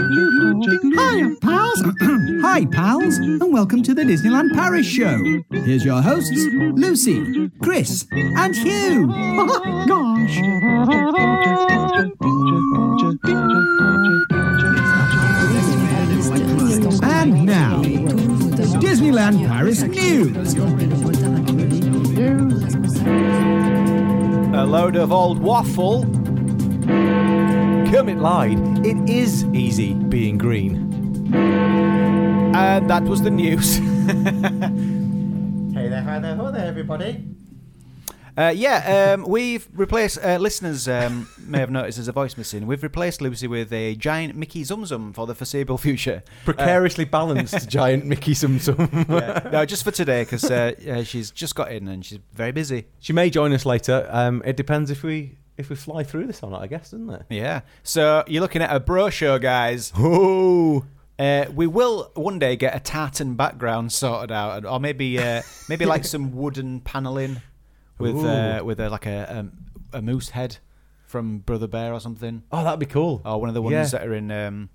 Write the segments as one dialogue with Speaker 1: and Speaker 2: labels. Speaker 1: Hi, pals. Hi, pals, and welcome to the Disneyland Paris show. Here's your hosts, Lucy, Chris, and Hugh. Gosh. And now, Disneyland Paris news.
Speaker 2: A load of old waffle. Kermit lied. It is easy being green. And that was the news.
Speaker 3: Hey there, hi there, hello there, everybody.
Speaker 2: Uh, yeah, um, we've replaced, uh, listeners um, may have noticed there's a voice missing. We've replaced Lucy with a giant Mickey Zum Zum for the foreseeable future. Uh,
Speaker 4: Precariously balanced giant Mickey Sum Sum.
Speaker 2: Yeah. no, just for today, because uh, uh, she's just got in and she's very busy.
Speaker 4: she may join us later. Um, it depends if we if we fly through this or not, I guess, doesn't it?
Speaker 2: Yeah. So you're looking at a bro show, guys.
Speaker 4: Oh,
Speaker 2: Uh, we will one day get a tartan background sorted out, or maybe uh, maybe like some wooden paneling with uh, with a, like a um, a moose head from Brother Bear or something,
Speaker 4: oh, that'd be cool.
Speaker 2: or one of the ones
Speaker 4: Yeah.
Speaker 2: that are in um,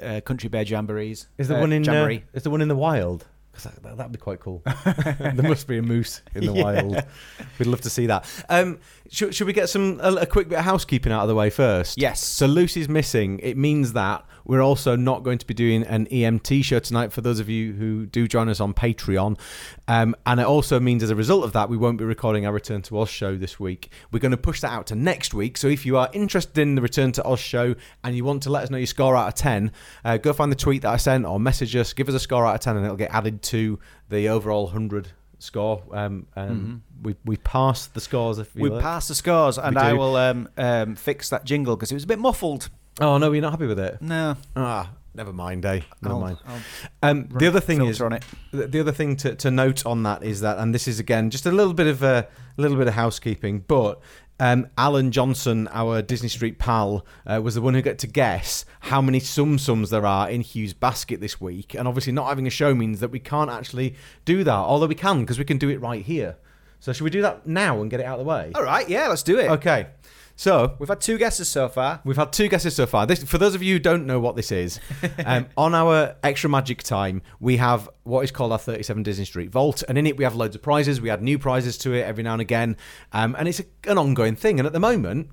Speaker 2: uh, Country Bear Jamborees.
Speaker 4: Is the
Speaker 2: uh,
Speaker 4: one in uh,
Speaker 2: Jamboree?
Speaker 4: is the one in the wild? Because that, that, would be quite cool. there must be a moose in the wild. We'd love to see that. Um, should, should we get some a, a quick bit of housekeeping out of the way first?
Speaker 2: Yes.
Speaker 4: So Lucy's missing. It means that we're also not going to be doing an EMT show tonight for those of you who do join us on Patreon. Um, and it also means as a result of that, we won't be recording our Return to Oz show this week. We're going to push that out to next week. So if you are interested in the Return to Oz show and you want to let us know your score out of 10, uh, go find the tweet that I sent or message us, give us a score out of 10, and it'll get added to the overall 100 score. Um, um, we, we passed the scores if you
Speaker 2: We
Speaker 4: like.
Speaker 2: passed the scores, and
Speaker 4: We
Speaker 2: I
Speaker 4: do.
Speaker 2: will um, um, fix that jingle because it was a bit muffled.
Speaker 4: oh, no, you're not happy with it?
Speaker 2: No,
Speaker 4: Ah, never mind, eh? Never
Speaker 2: I'll-
Speaker 4: mind.
Speaker 2: I'll
Speaker 4: Um, the other thing
Speaker 2: filter
Speaker 4: is
Speaker 2: on it.
Speaker 4: The, the other thing to, to note on that is that, and this is again just a little bit of a, little bit of housekeeping, but um, Alan Johnson, our Disney Street pal, uh, was the one who got to guess how many sum sums there are in Hugh's basket this week, and obviously not having a show means that we can't actually do that, although we can because we can do it right here. So should we do that now and get it out of the way?
Speaker 2: All right, yeah, let's do it.
Speaker 4: Okay. So
Speaker 2: We've had two guesses so far.
Speaker 4: We've had two guesses so far. This, for those of you who don't know what this is, um, on our extra magic time, we have what is called our 37 Disney Street Vault, and in it we have loads of prizes. We add new prizes to it every now and again, um, and it's a, an ongoing thing. And at the moment,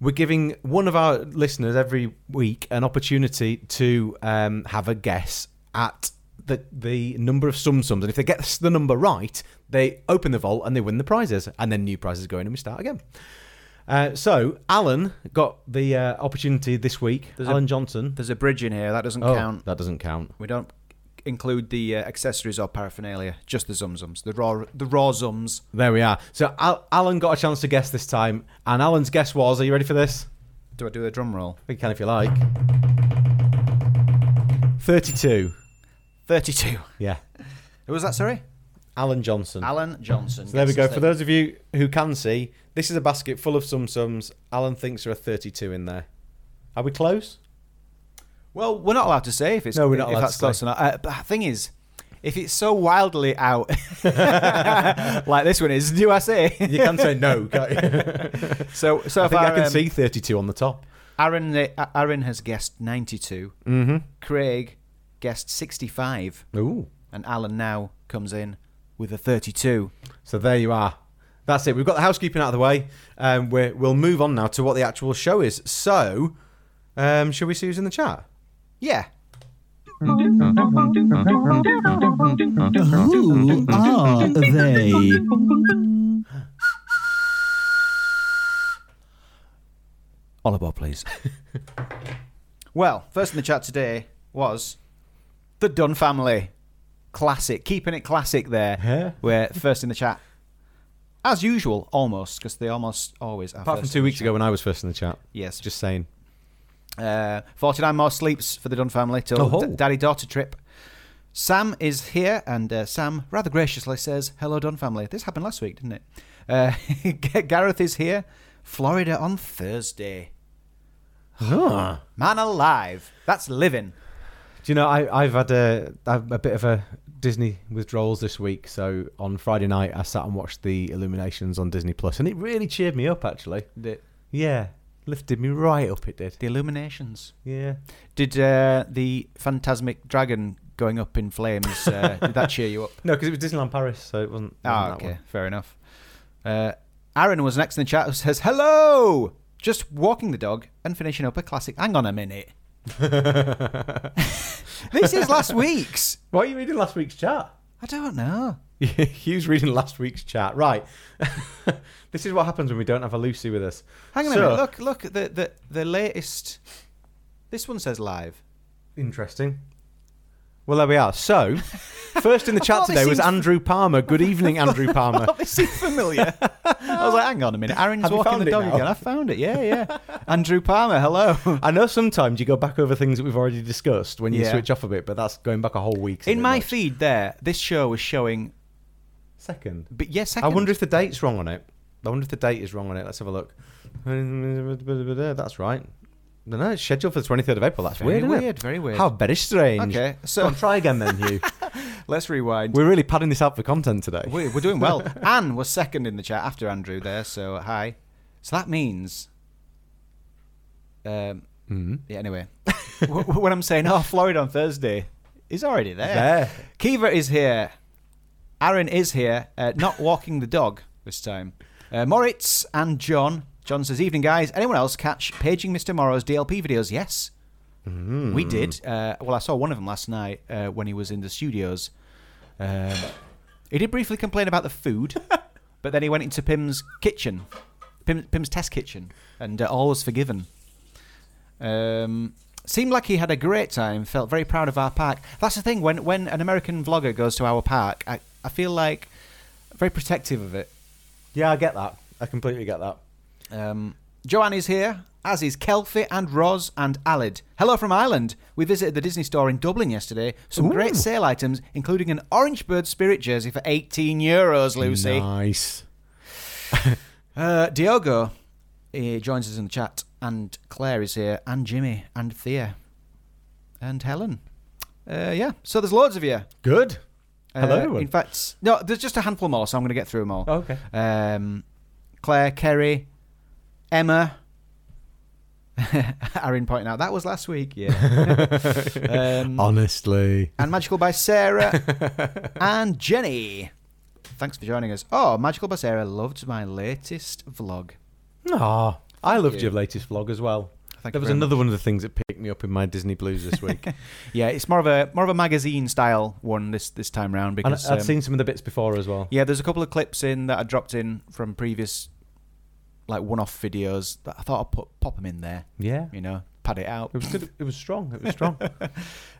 Speaker 4: we're giving one of our listeners every week an opportunity to um, have a guess at the the number of sum sums, and if they get the number right, they open the vault and they win the prizes, and then new prizes go in, and we start again. Uh, so Alan got the uh, opportunity this week.
Speaker 2: There's a-
Speaker 4: Alan Johnson.
Speaker 2: There's a bridge in here that doesn't
Speaker 4: Oh,
Speaker 2: count.
Speaker 4: that doesn't count.
Speaker 2: We don't include the uh, accessories or paraphernalia, just the zumzums, the raw, the raw zums.
Speaker 4: There we are. So Al- Alan got a chance to guess this time, and Alan's guess was: Are you ready for this?
Speaker 2: Do I do a drum roll?
Speaker 4: We can if you like. Thirty-two.
Speaker 2: Thirty-two.
Speaker 4: Yeah,
Speaker 2: Who was that? Sorry,
Speaker 4: Alan Johnson.
Speaker 2: Alan Johnson.
Speaker 4: so there we
Speaker 2: Guess
Speaker 4: go.
Speaker 2: his
Speaker 4: For
Speaker 2: name.
Speaker 4: those of you who can see, this is a basket full of sum sums. Alan thinks there are thirty-two in there. Are we close?
Speaker 2: Well, we're not allowed to say if it's
Speaker 4: No, we're not
Speaker 2: if
Speaker 4: allowed
Speaker 2: that's
Speaker 4: to
Speaker 2: close
Speaker 4: say.
Speaker 2: enough. Uh, but the thing is, if it's so wildly out, like this one is, do I say?
Speaker 4: You can say no. Can't you?
Speaker 2: So so
Speaker 4: I think
Speaker 2: far,
Speaker 4: I can
Speaker 2: um,
Speaker 4: see thirty-two on the top.
Speaker 2: Aaron uh, Aaron has guessed ninety-two.
Speaker 4: Mm-hmm.
Speaker 2: Craig guessed sixty-five,
Speaker 4: Ooh.
Speaker 2: and Alan now comes in with a thirty-two.
Speaker 4: So there you are. That's it. We've got the housekeeping out of the way. Um, we're, we'll move on now to what the actual show is. So, um, shall we see who's in the chat?
Speaker 2: Yeah.
Speaker 1: Who are they?
Speaker 2: All aboard, please. well, first in the chat today was the Dunn family. Classic. Keeping it classic there.
Speaker 4: Yeah.
Speaker 2: We're first in the chat. As usual, almost, because they almost always are.
Speaker 4: Apart from
Speaker 2: first
Speaker 4: two
Speaker 2: in the
Speaker 4: weeks
Speaker 2: chat.
Speaker 4: ago when I was first in the chat.
Speaker 2: Yes.
Speaker 4: Just saying.
Speaker 2: Uh, 49 more sleeps for the Dunn family till
Speaker 4: Oh-ho.
Speaker 2: d- daddy daughter trip. Sam is here, and uh, Sam rather graciously says, Hello, Dunn family. This happened last week, didn't it? Uh, G- Gareth is here. Florida on Thursday.
Speaker 4: Huh.
Speaker 2: Man alive. That's living.
Speaker 4: Do you know, I, I've had a, I've a bit of a Disney withdrawals this week. So on Friday night, I sat and watched the Illuminations on Disney Plus, and it really cheered me up, actually.
Speaker 2: The-
Speaker 4: Yeah. Lifted me right up, it did.
Speaker 2: The illuminations.
Speaker 4: Yeah.
Speaker 2: Did uh, the phantasmic dragon going up in flames? Uh, did that cheer you up?
Speaker 4: No, because it was Disneyland Paris, so it wasn't.
Speaker 2: Ah,
Speaker 4: wasn't that
Speaker 2: okay, fair enough. Uh, Aaron was next in the chat. Who says hello. Just walking the dog and finishing up a classic. Hang on a minute. this is last week's.
Speaker 4: Why are you reading last week's chat?
Speaker 2: I don't know.
Speaker 4: Hugh's reading last week's chat. Right. this is what happens when we don't have a Lucy with us.
Speaker 2: Hang on
Speaker 4: So-
Speaker 2: a minute. Look, look at the, the the latest. This one says live.
Speaker 4: Interesting. Well, there we are. So, first in the chat
Speaker 2: thought
Speaker 4: today
Speaker 2: this
Speaker 4: was
Speaker 2: seemed-
Speaker 4: Andrew Palmer. Good evening, Andrew Palmer.
Speaker 2: Obviously familiar. I was like, hang on a minute. Aaron's
Speaker 4: Have you
Speaker 2: walking
Speaker 4: found
Speaker 2: the
Speaker 4: it
Speaker 2: dog
Speaker 4: now?
Speaker 2: again. I found it. Yeah, yeah. Andrew Palmer. Hello.
Speaker 4: I know sometimes you go back over things that we've already discussed when you
Speaker 2: Yeah.
Speaker 4: switch off a bit, but that's going back a whole week. so
Speaker 2: In
Speaker 4: they're
Speaker 2: my
Speaker 4: not-
Speaker 2: feed, there, this show was showing.
Speaker 4: second.
Speaker 2: But yes,
Speaker 4: I wonder if the date's wrong on it. I wonder if the date is wrong on it. Let's have a look. That's right. No, no, it's scheduled for the 23rd of April. That's
Speaker 2: Very
Speaker 4: weird, isn't it?
Speaker 2: weird, very weird.
Speaker 4: How very strange.
Speaker 2: Okay, so-
Speaker 4: Go on, try again then, Hugh.
Speaker 2: Let's rewind.
Speaker 4: We're really padding this out for content today.
Speaker 2: We're, we're doing well. Anne was second in the chat after Andrew there, so hi. So that means. Um,
Speaker 4: Mm-hmm.
Speaker 2: Yeah, anyway. W- w- when I'm saying, oh, Florida on Thursday, he's already there.
Speaker 4: There.
Speaker 2: Kiva is here. Aaron is here, uh, not walking the dog this time. Uh, Moritz and John. John says, evening, guys. Anyone else catch Paging Mr. Morrow's DLP videos? Yes. We did. Uh, well, I saw one of them last night uh, when he was in the studios. Um, he did briefly complain about the food, but then he went into Pim's kitchen, Pim, Pim's test kitchen, and uh, all was forgiven. Um, seemed like he had a great time. Felt very proud of our park. That's the thing. When when an American vlogger goes to our park, I, I feel like very protective of it.
Speaker 4: Yeah, I get that. I completely get that.
Speaker 2: Um, Joanne is here, as is Kelfi and Roz and Alid. Hello from Ireland. We visited the Disney store in Dublin yesterday. Some great sale items, including an Orange Bird Spirit jersey for 18 euros, Lucy.
Speaker 4: Nice.
Speaker 2: Uh, Diogo he joins us in the chat, and Claire is here, and Jimmy, and Thea, and Helen. Uh, yeah, so there's loads of you.
Speaker 4: Good.
Speaker 2: Uh,
Speaker 4: Hello, everyone. Oh.
Speaker 2: In fact, no, there's just a handful more, so I'm going to get through them all.
Speaker 4: Okay.
Speaker 2: Um, Claire, Kerry, Emma. Aaron pointing out that was last week. Yeah. um,
Speaker 4: Honestly.
Speaker 2: and Magical by Sarah and Jenny. Thanks for joining us. Oh, Magical by Sarah loved my latest vlog.
Speaker 4: Aw, I loved
Speaker 2: you.
Speaker 4: your latest vlog as well. there
Speaker 2: Thank you
Speaker 4: was
Speaker 2: very
Speaker 4: another one of the things that picked me up in my Disney Blues this week.
Speaker 2: Yeah, it's more of a more of a magazine style one this this time round
Speaker 4: and
Speaker 2: because
Speaker 4: I'd
Speaker 2: um,
Speaker 4: seen some of the bits before as well.
Speaker 2: yeah, there's a couple of clips in that I dropped in from previous like one-off videos that I thought I'd put pop them in there.
Speaker 4: Yeah.
Speaker 2: You know, pad it out.
Speaker 4: It was good. It was strong. It was strong.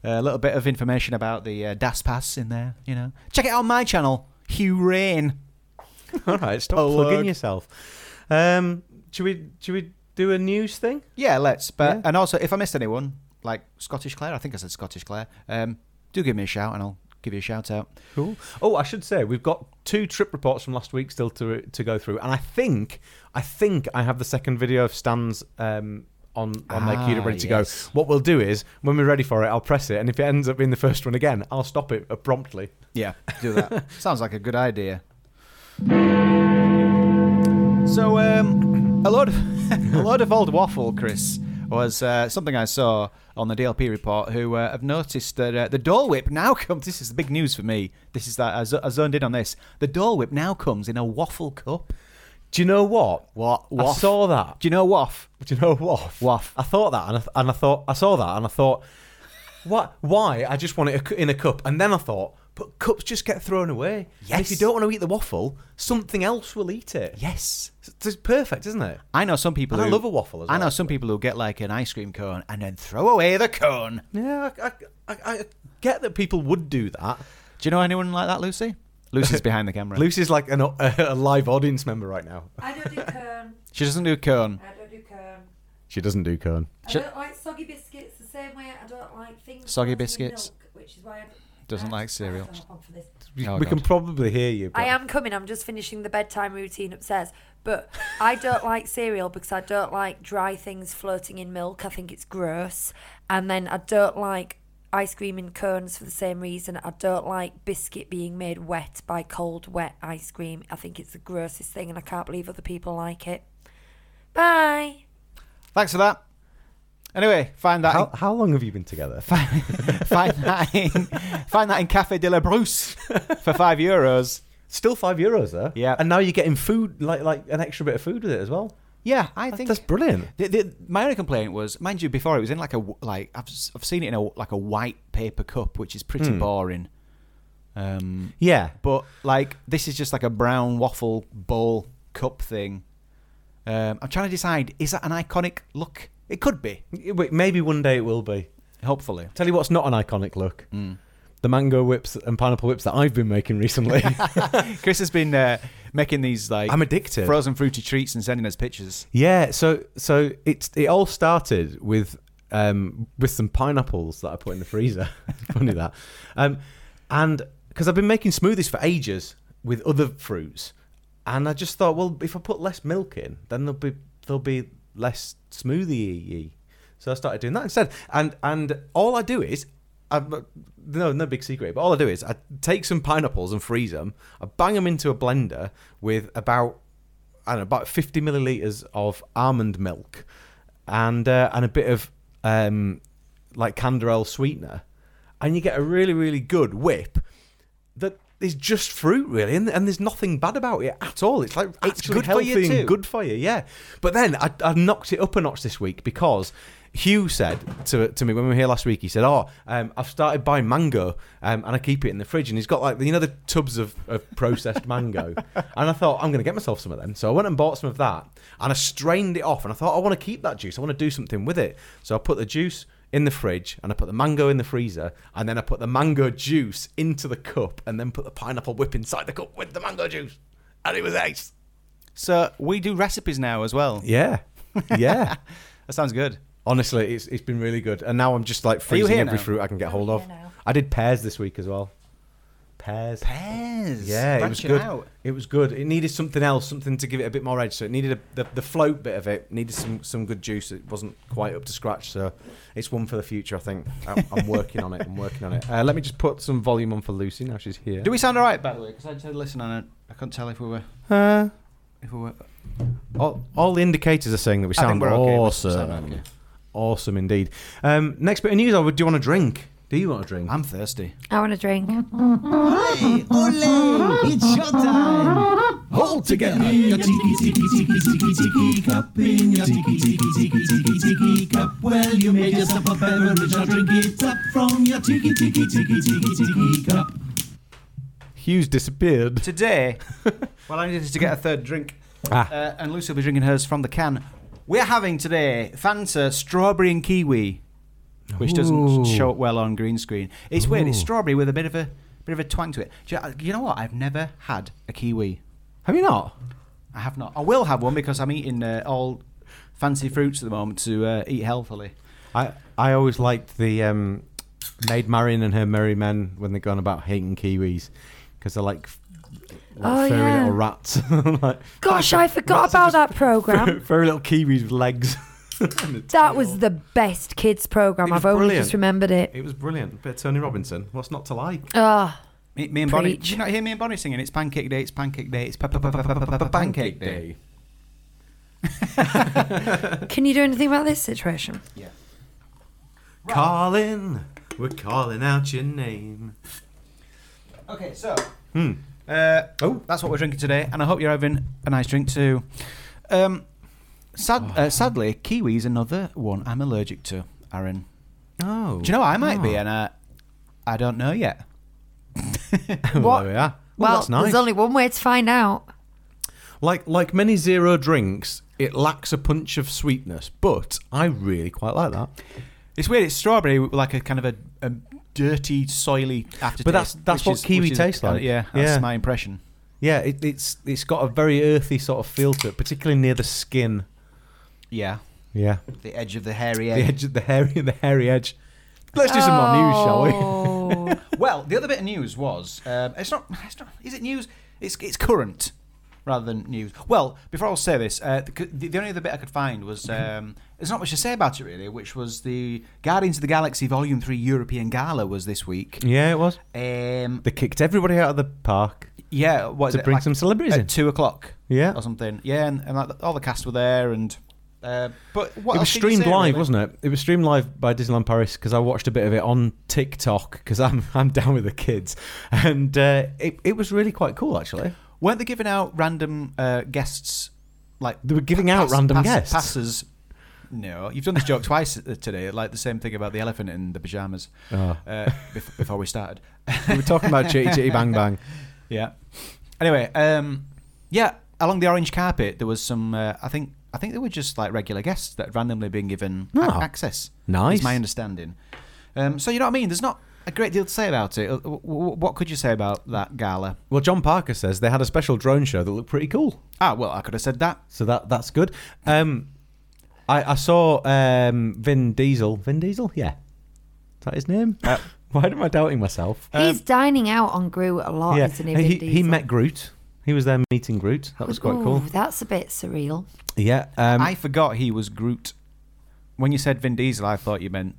Speaker 2: a little bit of information about the uh, DAS Pass in there, you know. Check it out on my channel, Hugh Rain.
Speaker 4: All right, stop
Speaker 2: Oh,
Speaker 4: plugging
Speaker 2: look.
Speaker 4: yourself. Um, should we should we do a news thing?
Speaker 2: Yeah, let's. But
Speaker 4: Yeah.
Speaker 2: and also, if I missed anyone, like Scottish Claire, I think I said Scottish Claire. Um, do give me a shout, and I'll give you a shout out.
Speaker 4: Cool. Oh, I should say we've got two trip reports from last week still to to go through, and I think I think I have the second video of Stan's. Um, on, on Lake
Speaker 2: Ah,
Speaker 4: Cuda ready to
Speaker 2: yes.
Speaker 4: go. What we'll do is, when we're ready for it, I'll press it, and if it ends up being the first one again, I'll stop it uh, promptly.
Speaker 2: Yeah, do that. Sounds like a good idea. So, um, a lot of a lot of old waffle, Chris, was uh, something I saw on the DLP report. Who uh, have noticed that uh, the Dole Whip now comes. This is the big news for me. This is that I, zo- I zoned in on this. The Dole Whip now comes in a waffle cup.
Speaker 4: Do you know what?
Speaker 2: What?
Speaker 4: I
Speaker 2: Waff.
Speaker 4: saw that.
Speaker 2: Do you know waff?
Speaker 4: Do you know what?
Speaker 2: Waff.
Speaker 4: I thought that, and I, th- and I thought I saw that, and I thought, what? Why? I just want it a cu- in a cup, and then I thought, but cups just get thrown away. And if
Speaker 2: Yes.
Speaker 4: you don't want to eat the waffle, something else will eat it.
Speaker 2: Yes.
Speaker 4: It's, it's perfect, isn't it?
Speaker 2: I know some people.
Speaker 4: And I
Speaker 2: who-
Speaker 4: love a waffle as
Speaker 2: I know
Speaker 4: well,
Speaker 2: some people who get like an ice cream cone and then throw away the cone.
Speaker 4: Yeah, I, I, I, I get that people would do that.
Speaker 2: Do you know anyone like that, Lucy? Lucy's behind the camera.
Speaker 4: Lucy's like an, au- a live audience member right now.
Speaker 3: I don't do cone.
Speaker 2: She doesn't do cone.
Speaker 3: I don't do cone.
Speaker 4: She doesn't do cone.
Speaker 3: I
Speaker 2: Shall-
Speaker 3: don't like soggy biscuits the same way I don't like things.
Speaker 2: Soggy
Speaker 3: with
Speaker 2: biscuits.
Speaker 3: Milk, which is why I d-
Speaker 2: Doesn't
Speaker 3: I-
Speaker 2: like
Speaker 3: I
Speaker 2: cereal.
Speaker 3: don't have one for this.
Speaker 4: We,
Speaker 2: Oh,
Speaker 4: we can
Speaker 2: God.
Speaker 4: probably hear you. but-
Speaker 3: I am coming. I'm just finishing the bedtime routine upstairs. But I don't like cereal because I don't like dry things floating in milk. I think it's gross. And then I don't like ice cream in cones for the same reason. I don't like biscuit being made wet by cold, wet ice cream. I think it's the grossest thing and I can't believe other people like it. Bye.
Speaker 2: Thanks for that. Anyway, find that
Speaker 4: How, how long have you been together?
Speaker 2: find, find that in find that in Cafe de la Bruce for five euros.
Speaker 4: Still five euros there.
Speaker 2: Yeah.
Speaker 4: And now you're getting food, like like an extra bit of food with it as well.
Speaker 2: Yeah, I think
Speaker 4: That's brilliant.
Speaker 2: The, the, my only complaint was, mind you, before it was in like a w- like I've s- I've seen it in a like a white paper cup, which is pretty boring. Um,
Speaker 4: Yeah.
Speaker 2: but like this is just like a brown waffle bowl cup thing. Um, I'm trying to decide: is that an iconic look? It could be,
Speaker 4: Wait, Maybe one day it will be.
Speaker 2: hopefully.
Speaker 4: Tell you what's not an iconic look. The mango whips and pineapple whips that I've been making recently.
Speaker 2: Chris has been uh, making these like
Speaker 4: I'm addicted.
Speaker 2: frozen fruity treats and sending us pictures.
Speaker 4: Yeah, so so it's it all started with um with some pineapples that I put in the freezer. Funny that. Um and because I've been making smoothies for ages with other fruits. And I just thought, well, if I put less milk in, then there'll be there'll be less smoothie. So I started doing that instead. And and all I do is i no, no big secret. But all I do is I take some pineapples and freeze them. I bang them into a blender with about I don't know, about 50 milliliters of almond milk and uh, and a bit of um, like Canderel sweetener, and you get a really really good whip that is just fruit really, and, and there's nothing bad about it at all. It's like
Speaker 2: It's
Speaker 4: actually
Speaker 2: good for
Speaker 4: healthy
Speaker 2: you
Speaker 4: and
Speaker 2: too.
Speaker 4: good for you, yeah. But then I, I knocked it up a notch this week because. Hugh said to, to me when we were here last week, he said, Oh, um, I've started buying mango um, and I keep it in the fridge. And he's got like, you know, the tubs of, of processed mango. and I thought, I'm going to get myself some of them. So I went and bought some of that and I strained it off. And I thought, I want to keep that juice. I want to do something with it. So I put the juice in the fridge and I put the mango in the freezer and then I put the mango juice into the cup and then put the pineapple whip inside the cup with the mango juice. And it was ace.
Speaker 2: So we do recipes now as well.
Speaker 4: Yeah. Yeah.
Speaker 2: That sounds good.
Speaker 4: Honestly, it's it's been really good. And now I'm just like
Speaker 2: you
Speaker 4: freezing
Speaker 2: here
Speaker 4: every
Speaker 2: now?
Speaker 4: fruit I can get
Speaker 3: I'm
Speaker 4: hold
Speaker 3: here
Speaker 4: of.
Speaker 3: now.
Speaker 4: I did pears this week as well. Pears.
Speaker 2: Pears.
Speaker 4: Yeah, it was
Speaker 2: Branching
Speaker 4: good.
Speaker 2: out.
Speaker 4: It was good. It needed something else, something to give it a bit more edge. So it needed a, the the float bit of it needed some some good juice. It wasn't quite up to scratch. So it's one for the future. I think I'm, I'm working on it. I'm working on it. Uh, let me just put some volume on for Lucy now she's here.
Speaker 2: Do we sound all right, by the way? Because I just had a listen on it. I couldn't tell if we were
Speaker 4: Uh,
Speaker 2: if we were.
Speaker 4: all, all the indicators are saying that we
Speaker 2: I think
Speaker 4: sound
Speaker 2: we're okay. We
Speaker 4: awesome.
Speaker 2: sound okay.
Speaker 4: Awesome indeed. Um, next bit of news. I would. Do you want a drink? Do you want a drink?
Speaker 2: I'm thirsty.
Speaker 3: I want a drink.
Speaker 1: Hey, ole, it's showtime! Hold together! Your tiki tiki tiki tiki tiki cup in your tiki tiki tiki tiki tiki cup. Well, you made yourself a beverage, now drink it up from your tiki tiki tiki tiki tiki cup.
Speaker 4: Hughes disappeared.
Speaker 2: Today, well, I needed to get a third drink,
Speaker 4: Ah.
Speaker 2: uh, and Lucy will be drinking hers from the can. We're having today Fanta strawberry and kiwi, which doesn't show up well on green screen. It's weird. It's strawberry with a bit of a bit of a twang to it. Do you, you know what? I've never had a kiwi.
Speaker 4: Have you not?
Speaker 2: I have not. I will have one because I'm eating uh, all fancy fruits at the moment to uh, eat healthily.
Speaker 4: I I always liked the um, Maid Marian and her Merry Men when they're going about hating Kiwis because they're like, f- like
Speaker 3: Oh,
Speaker 4: furry
Speaker 3: yeah.
Speaker 4: little rats. like,
Speaker 3: Gosh, I forgot about that program.
Speaker 4: furry little Kiwis with legs.
Speaker 3: That was the best kids program.
Speaker 4: It was
Speaker 3: I've only
Speaker 4: brilliant.
Speaker 3: just remembered it.
Speaker 4: It was brilliant. bit of Tony Robinson. What's not to like?
Speaker 3: Ah,
Speaker 2: Me, me and Bonnie,
Speaker 3: Preach.
Speaker 2: did you not hear me and Bonnie singing? It's pancake day. It's pancake day. It's pa- pa- pa- pa- pa- pa- pa- pancake day.
Speaker 3: can you do anything about this situation?
Speaker 4: Calling, we're calling out your name.
Speaker 2: Okay, so
Speaker 4: Hmm.
Speaker 2: uh, oh, that's what we're drinking today, and I hope you're having a nice drink too. Um, sad, uh, sadly, kiwi is another one I'm allergic to. Aaron,
Speaker 4: Oh,
Speaker 2: do you know what I might be, and I, I don't know yet.
Speaker 4: Well, there we are. Well,
Speaker 3: well,
Speaker 4: that's nice.
Speaker 3: there's only one way to find out.
Speaker 4: Like like many zero drinks, it lacks a punch of sweetness, but I really quite like that.
Speaker 2: It's weird. It's strawberry, with like a kind of a, a dirty, soily aftertaste.
Speaker 4: that's- that's
Speaker 2: which
Speaker 4: what
Speaker 2: is-
Speaker 4: kiwi
Speaker 2: which is-
Speaker 4: tastes like.
Speaker 2: Yeah, that's
Speaker 4: Yeah.
Speaker 2: my impression.
Speaker 4: Yeah, it, it's it's got a very earthy sort of feel to it, particularly near the skin.
Speaker 2: Yeah,
Speaker 4: Yeah,
Speaker 2: the edge of the hairy
Speaker 4: the edge, of the hairy, the hairy edge. Let's do some more news, shall we?
Speaker 3: shall we?
Speaker 2: well, the other bit of news was um, it's not. It's not. Is it news? It's it's current rather than news. Well, before I'll say this, uh, the, the, the only other bit I could find was
Speaker 4: Mm-hmm.
Speaker 2: um, there's not much to say about it really, which was the Guardians of the Galaxy Volume Three European Gala was this week.
Speaker 4: Yeah, it was.
Speaker 2: Um,
Speaker 4: They kicked everybody out of the park.
Speaker 2: yeah, what is
Speaker 4: To
Speaker 2: it,
Speaker 4: bring
Speaker 2: like
Speaker 4: some celebrities
Speaker 2: at
Speaker 4: in.
Speaker 2: two o'clock?
Speaker 4: Yeah.
Speaker 2: or something. Yeah, and, and like, all the cast were there, and Uh, but what
Speaker 4: it was
Speaker 2: else did you
Speaker 4: streamed
Speaker 2: say,
Speaker 4: live,
Speaker 2: really?
Speaker 4: wasn't it? It was streamed live by Disneyland Paris because I watched a bit of it on TikTok because I'm I'm down with the kids, and uh, it it was really quite cool actually.
Speaker 2: Weren't they giving out random uh, guests? Like
Speaker 4: They were giving out random guests.
Speaker 2: passes. No, you've done this joke twice uh, today. Like the same thing about the elephant in the pajamas
Speaker 4: Oh.
Speaker 2: uh, bef- before we started.
Speaker 4: We were talking about Chitty Chitty Bang Bang.
Speaker 2: Yeah. Anyway, um, yeah, along the orange carpet there was some. Uh, I think I think they were just like regular guests that had randomly been given a-
Speaker 4: Oh.
Speaker 2: access.
Speaker 4: Nice.
Speaker 2: is my understanding. Um, so you know what I mean? There's not a great deal to say about it. Uh, w- w- What could you say about that gala?
Speaker 4: Well, John Parker says they had a special drone show that looked pretty cool.
Speaker 2: Ah, well, I could have said that.
Speaker 4: So that that's good. Um, I, I saw um, Vin Diesel. Vin Diesel, yeah, is that his name? Why am I doubting myself?
Speaker 3: He's dining out on Groot a lot,
Speaker 4: Um, yeah,
Speaker 3: isn't he?
Speaker 4: And
Speaker 3: Vin
Speaker 4: he, he
Speaker 3: Diesel?
Speaker 4: met Groot. He was there meeting Groot. That was quite
Speaker 3: Ooh,
Speaker 4: cool.
Speaker 3: That's a bit surreal.
Speaker 4: Yeah. Um,
Speaker 2: I forgot he was Groot. When you said Vin Diesel, I thought you meant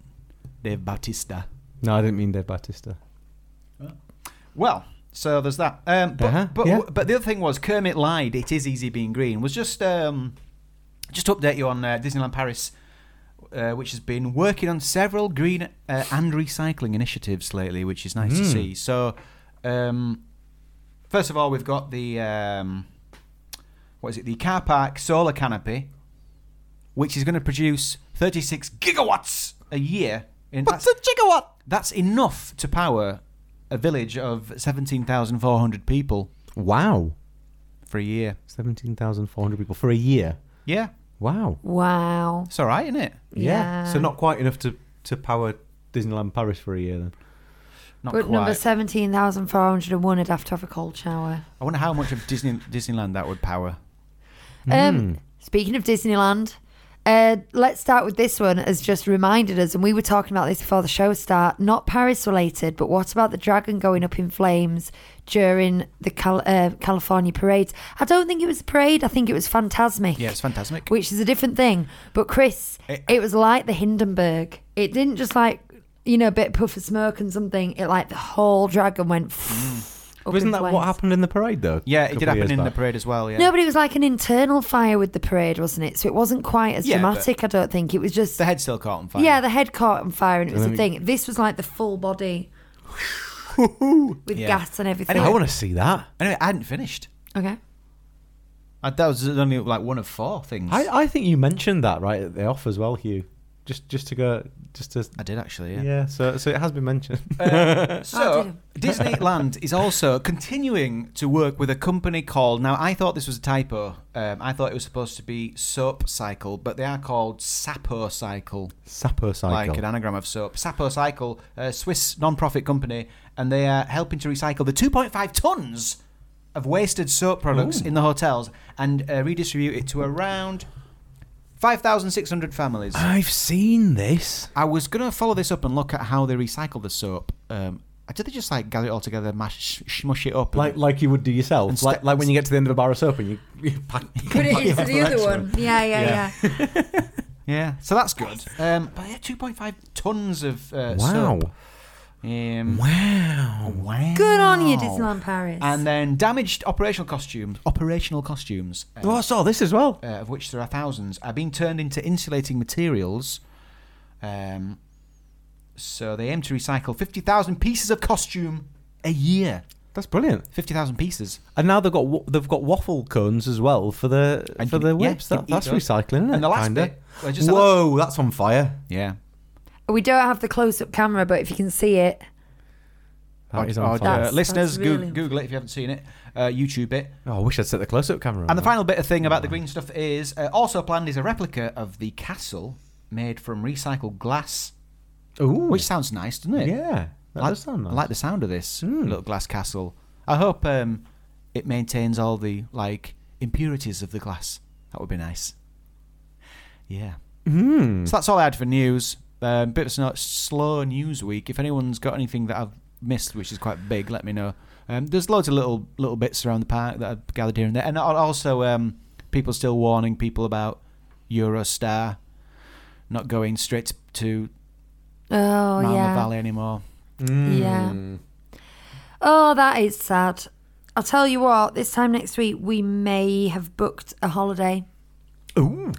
Speaker 2: Dave Bautista.
Speaker 4: no, I didn't mean Dave Bautista.
Speaker 2: Well, so there's that. Um, but
Speaker 4: Uh-huh,
Speaker 2: but
Speaker 4: yeah.
Speaker 2: but the other thing was Kermit lied. It is easy being green. Was just um, just to update you on uh, Disneyland Paris, uh, which has been working on several green uh, and recycling initiatives lately, which is nice to see. So, um, first of all, we've got the um, what is it? The car park solar canopy, which is going to produce 36 gigawatts a year. In, that's-
Speaker 4: gigawatt?
Speaker 2: that's enough to power a village of 17,400 people
Speaker 4: Wow.
Speaker 2: for a year.
Speaker 4: 17,400 people for a year.
Speaker 2: Yeah,
Speaker 4: Wow.
Speaker 3: Wow.
Speaker 2: it's all right, isn't it?
Speaker 3: Yeah.
Speaker 4: So not quite enough to, to power Disneyland Paris for a year then.
Speaker 2: Not
Speaker 3: But number
Speaker 2: quite.
Speaker 3: 17,401 would have to have a cold shower.
Speaker 2: I wonder how much of Disney Disneyland that would power.
Speaker 3: Um, speaking of Disneyland, uh, let's start with this one as just reminded us, and we were talking about this before the show start. Not Paris related, but what about the dragon going up in flames during the Cal- uh, California parades? I don't think it was a parade. I think it was Fantasmic.
Speaker 2: Yeah, it's fantastic.
Speaker 3: which is a different thing. But Chris,
Speaker 2: It-
Speaker 3: it, was like the Hindenburg. It didn't just like you know a bit of puff of smoke and something. It like the whole dragon went. up
Speaker 4: Isn't
Speaker 3: in
Speaker 4: that what
Speaker 3: flames.
Speaker 4: happened in the parade though?
Speaker 2: yeah,
Speaker 4: A
Speaker 2: it
Speaker 4: couple
Speaker 2: did
Speaker 4: of
Speaker 2: happen
Speaker 4: years
Speaker 2: in the
Speaker 4: back?
Speaker 2: parade as well. Yeah.
Speaker 3: No, but it was like an internal fire with the parade, wasn't it? So it wasn't quite as
Speaker 2: Yeah, but-
Speaker 3: dramatic. I don't think it was just
Speaker 2: the head still caught on fire.
Speaker 3: yeah, the head caught on fire and it was
Speaker 4: And
Speaker 3: a
Speaker 4: then
Speaker 3: thing. This was like the full body with
Speaker 2: Yeah.
Speaker 3: gas and everything.
Speaker 4: I want to see that.
Speaker 2: Anyway, I hadn't finished.
Speaker 3: okay.
Speaker 2: I, that was only like one of four things. I,
Speaker 4: I, I think you mentioned that right at the off as well, Hugh. Just just to go, just to
Speaker 2: did actually.
Speaker 4: yeah. Uh,
Speaker 2: Yeah. Uh,
Speaker 4: so so it has been mentioned.
Speaker 3: Oh,
Speaker 2: So
Speaker 3: I
Speaker 2: Disneyland is also continuing to work with a company called. Now I thought this was a typo. Um, I thought it was supposed to be Soap Cycle, but they are called Sapo Cycle.
Speaker 4: Sapo cycle.
Speaker 2: like an anagram of soap. Sapo Cycle, a Swiss non-profit company, and they are helping to recycle the 2.5 tons of wasted soap products in the hotels and uh, redistribute it to around 5,600 families.
Speaker 4: I've seen this.
Speaker 2: I was going to follow this up and look at how they recycle the soap. Um, did they just like gather it all together, mash, smush it up? and-
Speaker 4: Like like you would do yourself.
Speaker 2: And
Speaker 4: like
Speaker 2: sta-
Speaker 4: like when you get to the end of a bar of soap and you, you pack.
Speaker 3: Put it into the other one. Yeah, yeah, yeah.
Speaker 2: yeah, so that's good. Um, but yeah, 2.5 tons of uh,
Speaker 4: Wow.
Speaker 2: soap. Um,
Speaker 4: Wow.
Speaker 2: wow.
Speaker 3: Good on you, Disneyland Paris.
Speaker 2: And then damaged operational costumes, operational costumes, uh,
Speaker 4: Oh, I saw this as well.
Speaker 2: uh, of which there are thousands, are being turned into insulating materials. Um, so they aim to recycle 50,000 pieces of costume a year.
Speaker 4: That's brilliant.
Speaker 2: 50,000 pieces.
Speaker 4: And now they've got wa- they've got waffle cones as well for the
Speaker 2: And
Speaker 4: for
Speaker 2: you-
Speaker 4: the
Speaker 2: yeah,
Speaker 4: whips.
Speaker 2: you
Speaker 4: That,
Speaker 2: can
Speaker 4: that's
Speaker 2: eat those.
Speaker 4: recycling, isn't it?
Speaker 2: And the last
Speaker 4: Kinda.
Speaker 2: bit, well, just the
Speaker 4: Whoa, that's on fire.
Speaker 2: Yeah.
Speaker 3: we don't have the close up camera, but if you can see it,
Speaker 4: That is
Speaker 2: Or-
Speaker 4: on
Speaker 2: or,
Speaker 4: fire.
Speaker 2: uh,
Speaker 3: That's-
Speaker 2: listeners,
Speaker 3: that's
Speaker 2: Goo-
Speaker 3: really-
Speaker 2: Google it if you haven't seen it. Uh, YouTube it.
Speaker 4: Oh, I wish I'd set the close-up camera. on
Speaker 2: And the
Speaker 4: that.
Speaker 2: final bit of thing about the green stuff is uh, also planned is a replica of the castle made from recycled glass,
Speaker 4: Ooh,
Speaker 2: which sounds nice, doesn't it?
Speaker 4: yeah, that
Speaker 2: I,
Speaker 4: does sound nice. Hmm.
Speaker 2: I like the sound of this little glass castle. I hope um, it maintains all the like impurities of the glass. That would be nice. Yeah.
Speaker 4: Hmm.
Speaker 2: So that's all I had for news. Um, bit of a sno- slow news week. If anyone's got anything that I've missed, which is quite big, let me know. Um, there's loads of little little bits around the park that I've gathered here and there, and al- also um, people still warning people about Eurostar not going straight to
Speaker 3: oh
Speaker 2: Malma
Speaker 3: yeah,
Speaker 2: Valley anymore.
Speaker 3: yeah. Hmm. Oh, that is sad. I'll tell you what. This time next week, we may have booked a holiday.
Speaker 4: Ooh,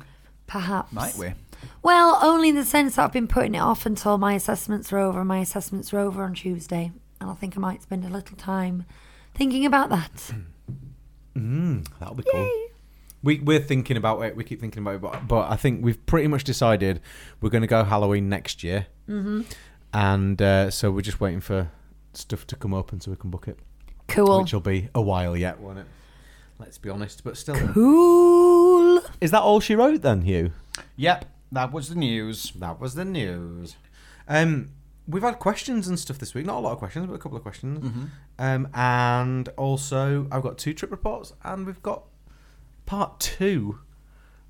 Speaker 3: Perhaps.
Speaker 2: Might we?
Speaker 3: Well, only in the sense that I've been putting it off until my assessments are over. My assessments are over on Tuesday, and I think I might spend a little time thinking about that.
Speaker 4: Mm, That'll be cool. We, we're thinking about it. We keep thinking about it, but, but I think we've pretty much decided we're going to go Halloween next year, mm-hmm. and uh, so we're just waiting for stuff to come open so we can book it,
Speaker 3: Cool.
Speaker 4: which will be a while yet, won't it? Let's be honest, but still,
Speaker 3: Cool.
Speaker 4: is that all she wrote then, Hugh?
Speaker 2: Yep, that was the news.
Speaker 4: That was the news. Um, we've had questions and stuff this week. Not a lot of questions, but a couple of questions. Um, and also, I've got two trip reports, and we've got part two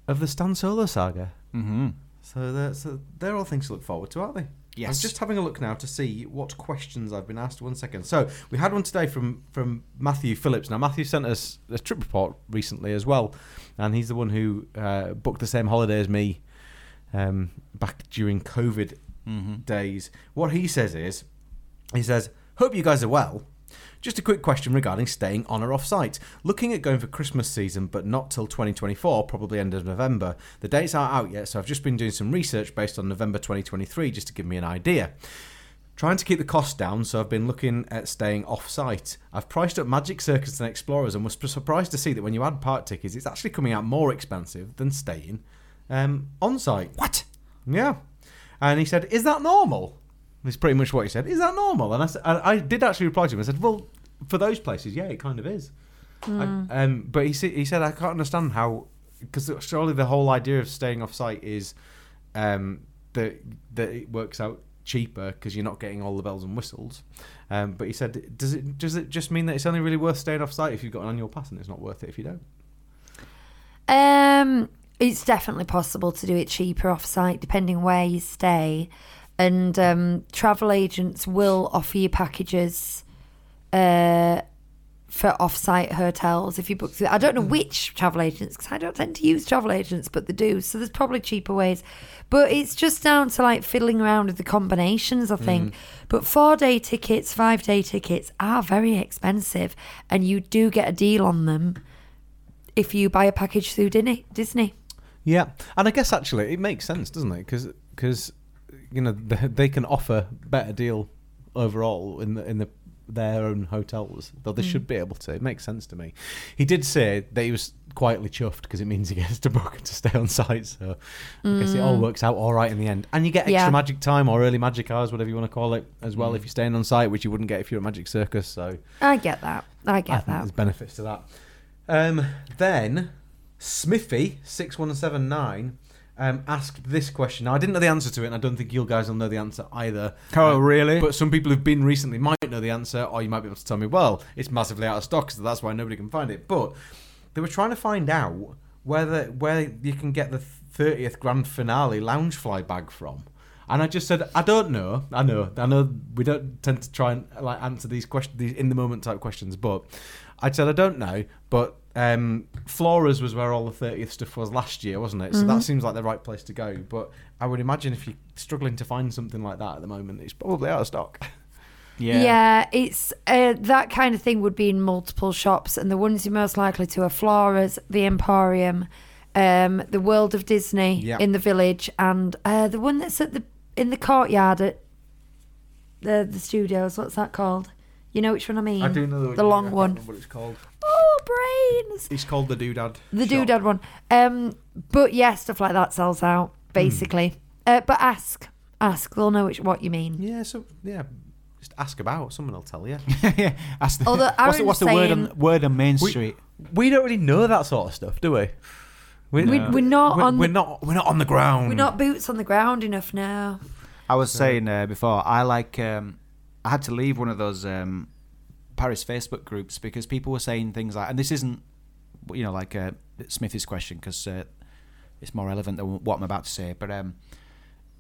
Speaker 4: of the Stan Solo saga.
Speaker 2: Mm-hmm.
Speaker 4: So they're, so they're all things to look forward to, aren't they?
Speaker 2: Yes.
Speaker 4: I'm just having a look now to see what questions I've been asked. One second. So we had one today from from Matthew Phillips. Now Matthew sent us a trip report recently as well, and he's the one who uh, booked the same holiday as me um, back during COVID
Speaker 2: Mm-hmm.
Speaker 4: days. What he says is, he says, "Hope you guys are well." Just a quick question regarding staying on or off site. Looking at going for Christmas season, but not till 2024, probably end of November. The dates aren't out yet, so I've just been doing some research based on November 2023 just to give me an idea. Trying to keep the cost down, so I've been looking at staying off site. I've priced up Magic Circus and Explorers and was surprised to see that when you add park tickets, it's actually coming out more expensive than staying um, on site. What? Yeah. And he said, Is that normal? That's pretty much what he said. Is that normal? And I, s- and I did actually reply to him. I said, Well, for those places, yeah, it kind of is. I, um, but he, s- he said, I can't understand how, because surely the whole idea of staying off site is um, that, that it works out cheaper because you're not getting all the bells and whistles. Um, but he said, does it does it just mean that it's only really worth staying off site if you've got an annual pass and it's not worth it if you don't?
Speaker 3: Um, it's definitely possible to do it cheaper off site, depending where you stay. And um, travel agents will offer you packages uh, for off site hotels if you book through. I don't know which travel agents because I don't tend to use travel agents, but they do. So there's probably cheaper ways. But it's just down to like fiddling around with the combinations, I think. But four day tickets, five day tickets are very expensive, and you do get a deal on them if you buy a package through Disney. Disney.
Speaker 4: Yeah, and I guess actually it makes sense, doesn't it? Because you know th- they can offer better deal overall in the, in the their own hotels, though they should be able to. It makes sense to me. He did say that he was quietly chuffed because it means he gets to book to stay on site. So I guess it all works out all right in the end, and you get extra
Speaker 3: Yeah.
Speaker 4: magic time or early magic hours, whatever you want to call it, as well if you're staying on site, which you wouldn't get if you're at Magic Circus. So
Speaker 3: I get that. I get
Speaker 4: I think
Speaker 3: that.
Speaker 4: there's benefits to that. Um, then Smithy six one seven nine um, asked this question. Now I didn't know the answer to it, and I don't think you guys will know the answer either. Um,
Speaker 2: Oh, really?
Speaker 4: But some people who've been recently might know the answer, or you might be able to tell me. Well, it's massively out of stock, so that's why nobody can find it. But they were trying to find out whether where you can get the thirtieth grand finale Loungefly bag from. And I just said, I don't know. I know. I know we don't tend to try and like answer these questions, these in the moment type questions. But I said, I don't know. But um, Flora's was where all the thirtieth stuff was last year, wasn't it? So
Speaker 3: Mm-hmm.
Speaker 4: that seems like the right place to go. But I would imagine if you're struggling to find something like that at the moment, it's probably out of stock.
Speaker 3: Yeah, it's uh, that kind of thing would be in multiple shops, and the ones you're most likely to are Flora's, the Emporium, um, the World of Disney
Speaker 4: Yeah.
Speaker 3: in the village, and uh, the one that's at the in the courtyard at the the studios. What's that called? You know which one I mean?
Speaker 4: know
Speaker 3: Mm. the long one.
Speaker 4: What it's called?
Speaker 3: Oh, brains!
Speaker 4: It's called the Doodad.
Speaker 3: The doodad one. Um, but yeah, stuff like that sells out
Speaker 4: Hmm.
Speaker 3: basically. Uh, but ask, ask. They'll know which what you mean.
Speaker 4: Yeah. So yeah, just ask about. Someone will tell you.
Speaker 2: yeah. That's the,
Speaker 3: Although
Speaker 2: what's the,
Speaker 3: Aaron
Speaker 2: what's the
Speaker 3: was
Speaker 2: word
Speaker 3: saying-
Speaker 2: on word on Main
Speaker 4: We-
Speaker 2: Street?
Speaker 4: We don't really know that sort of stuff, do we? We,
Speaker 3: We- we're not
Speaker 4: we're,
Speaker 3: on the-
Speaker 4: We're not. We're not on the ground.
Speaker 3: We're not boots on the ground enough now.
Speaker 2: I was saying uh, before, I like, um, I had to leave one of those um, Paris Facebook groups because people were saying things like, and this isn't, you know, like uh, Smithy's question because uh, it's more relevant than what I'm about to say, but um,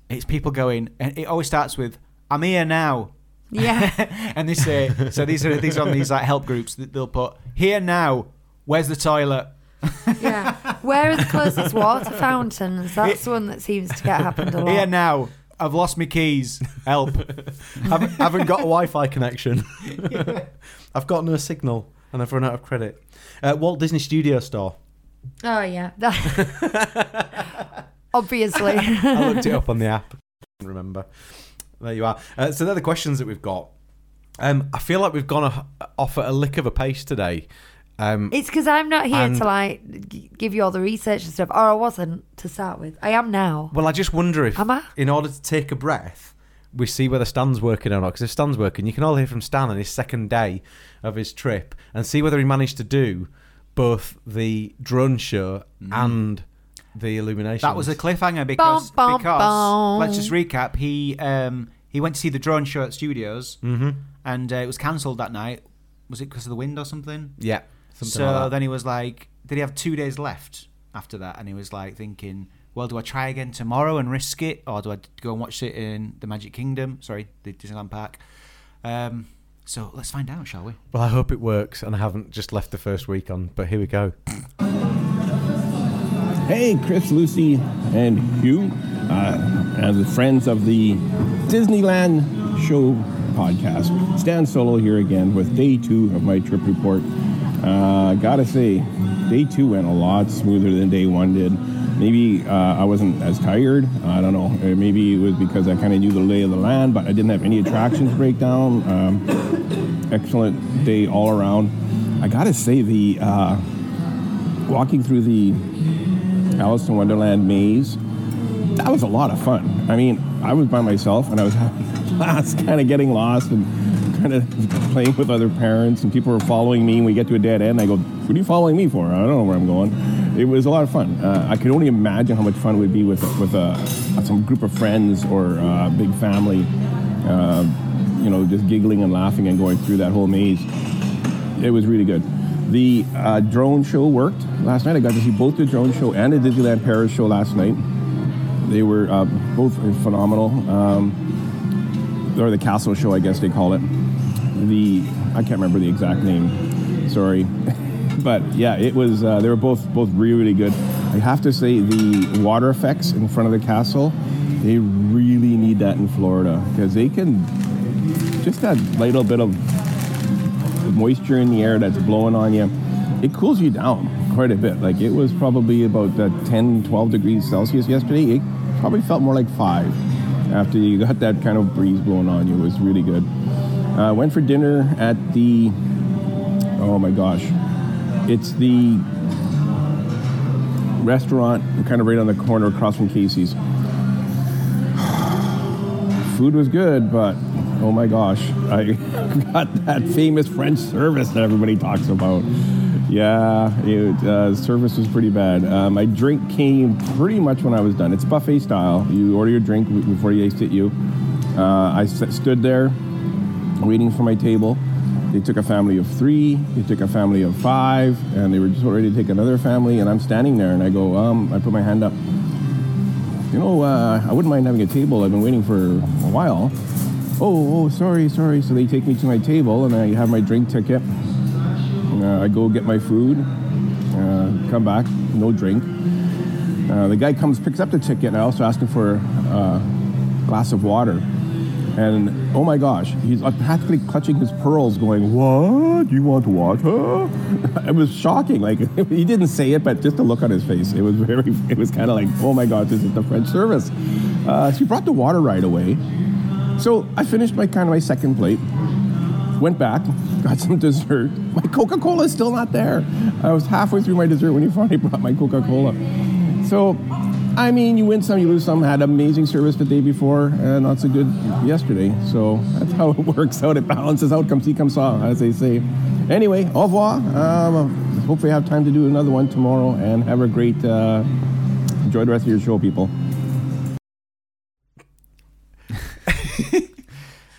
Speaker 2: it's people going, and it always starts with, I'm here now.
Speaker 3: Yeah.
Speaker 2: and they say, so these are these are on these like help groups that they'll put here now. Where's the toilet?
Speaker 3: yeah. Where are the closest water fountains? That's one that seems to get happened a lot.
Speaker 2: Here now. I've lost my keys. Help.
Speaker 4: haven't, haven't got a Wi-Fi connection. I've got no signal, and I've run out of credit. Uh, Walt Disney Studio Store.
Speaker 3: Oh yeah. That- obviously.
Speaker 4: I looked it up on the app. Couldn't Remember, there you are. Uh, so they're the questions that we've got. Um, I feel like we've gone a, off at a lick of a pace today. Um,
Speaker 3: It's because I'm not here
Speaker 4: And-
Speaker 3: to like g- give you all the research and stuff, or I wasn't to start with. I am now.
Speaker 4: well, I just wonder if,
Speaker 3: Am I?
Speaker 4: in order to take a breath, we see whether Stan's working or not. Because if Stan's working, you can all hear from Stan on his second day of his trip and see whether he managed to do both the drone show and the illumination.
Speaker 2: Mm. That was a cliffhanger because,
Speaker 3: bum,
Speaker 2: because
Speaker 3: bum.
Speaker 2: let's just recap. He um, he went to see the drone show at Studios, and uh, it was cancelled that night. Was it because of the wind or something?
Speaker 4: yeah. Something
Speaker 2: so
Speaker 4: like that.
Speaker 2: then he was like, did he have two days left after that? And he was like thinking, well, do I try again tomorrow and risk it, or do I go and watch it in the Magic Kingdom? Sorry, the Disneyland Park. Um, so let's find out, shall we?
Speaker 4: Well, I hope it works, and I haven't just left the first week on. But here we go.
Speaker 5: Hey, Chris, Lucy, and Hugh, uh, as the friends of the Disneyland Show podcast. Stan Solo here again with day two of my trip report. Uh, gotta say, day two went a lot smoother than day one did. Maybe uh, I wasn't as tired. I don't know. Uh, Maybe it was because I kind of knew the lay of the land, but I didn't have any attractions break down. Um, excellent day all around. I gotta say, the uh, walking through the Alice in Wonderland maze. That was a lot of fun. I mean, I was by myself and I was having a blast, kind of getting lost and kind of playing with other parents, and people were following me. And we get to a dead end. I go, "What are you following me for? I don't know where I'm going." It was a lot of fun. Uh, I could only imagine how much fun it would be with with uh, some group of friends or uh, big family. Uh, you know, just giggling and laughing and going through that whole maze it was really good. The uh, drone show worked last night. I got to see both the drone show and the Disneyland Paris show last night. They were uh, both phenomenal. Um, or the castle show, I guess they call it. The I can't remember the exact name. Sorry, but yeah, it was. Uh, they were both both really really good. I have to say the water effects in front of the castle. They really need that in Florida because they can just that little bit of the moisture in the air that's blowing on you, it cools you down quite a bit. Like it was probably about uh, 10, 12 degrees Celsius yesterday. It probably felt more like five after you got that kind of breeze blowing on you. It was really good. Uh, went for dinner at the, oh my gosh, it's the restaurant kind of right on the corner across from Casey's. Food was good, but oh my gosh, I got that famous French service that everybody talks about. Yeah, it, uh, service was pretty bad. Uh, my drink came pretty much when I was done. It's buffet style. You order your drink w- before you taste it. You. Uh, I s- stood there waiting for my table. They took a family of three, they took a family of five, and they were just about ready to take another family. And I'm standing there and I go, um, I put my hand up. You know, uh, I wouldn't mind having a table. I've been waiting for a while. Oh, oh, sorry, sorry. So they take me to my table and I have my drink ticket. Uh, I go get my food, uh, come back, no drink. Uh, the guy comes, picks up the ticket, and I also ask him for uh, a glass of water. And oh my gosh, he's uh, practically clutching his pearls, going, What? You want water? it was shocking. Like, he didn't say it, but just the look on his face, it was very, it was kind of like, Oh my gosh, this is the French service. Uh, so he brought the water right away. So I finished my kind of my second plate went back, got some dessert. My Coca Cola is still not there. I was halfway through my dessert when he finally brought my Coca Cola. So, I mean, you win some, you lose some. Had amazing service the day before, and not so good yesterday. So that's how it works out. It balances out. Come see, come saw, as they say. Anyway, au revoir. Um, hopefully, I have time to do another one tomorrow, and have a great. Uh, enjoy the rest of your show, people.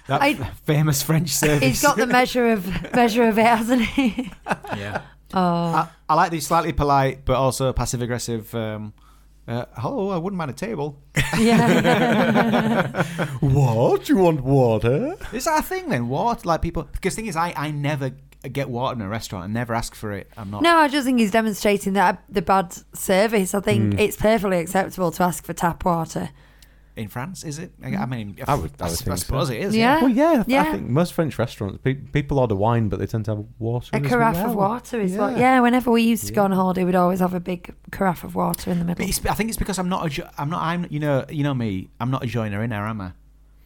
Speaker 2: That
Speaker 3: I-
Speaker 2: f- famous French service.
Speaker 3: He's got the measure of measure of it, hasn't he?
Speaker 2: Yeah. I, I like the slightly polite but also passive aggressive. Um, uh, hello, I wouldn't mind a table.
Speaker 3: yeah.
Speaker 4: What? You want water?
Speaker 2: Is that a thing then? What? Like people? Because the thing is, I, I never get water in a restaurant. I never ask for it. I'm not.
Speaker 3: No, I just think he's demonstrating that the bad service. I think it's perfectly acceptable to ask for tap water.
Speaker 2: in France, is it? I I mean,
Speaker 4: I would- I would
Speaker 2: s-
Speaker 4: think so.
Speaker 2: suppose it is.
Speaker 3: Yeah.
Speaker 4: Well, yeah,
Speaker 3: Uh, Yeah.
Speaker 4: I think most French restaurants pe- people order wine, but they tend to have water.
Speaker 3: A
Speaker 4: as
Speaker 3: carafe
Speaker 4: well.
Speaker 3: of water is what. Yeah, whenever we used to go on holiday, we'd always have a big carafe of water in the
Speaker 2: But
Speaker 3: middle.
Speaker 2: it's, I think it's because I'm not a, jo- I'm not, I'm, you know, you know me, I'm not a joiner in there, am I?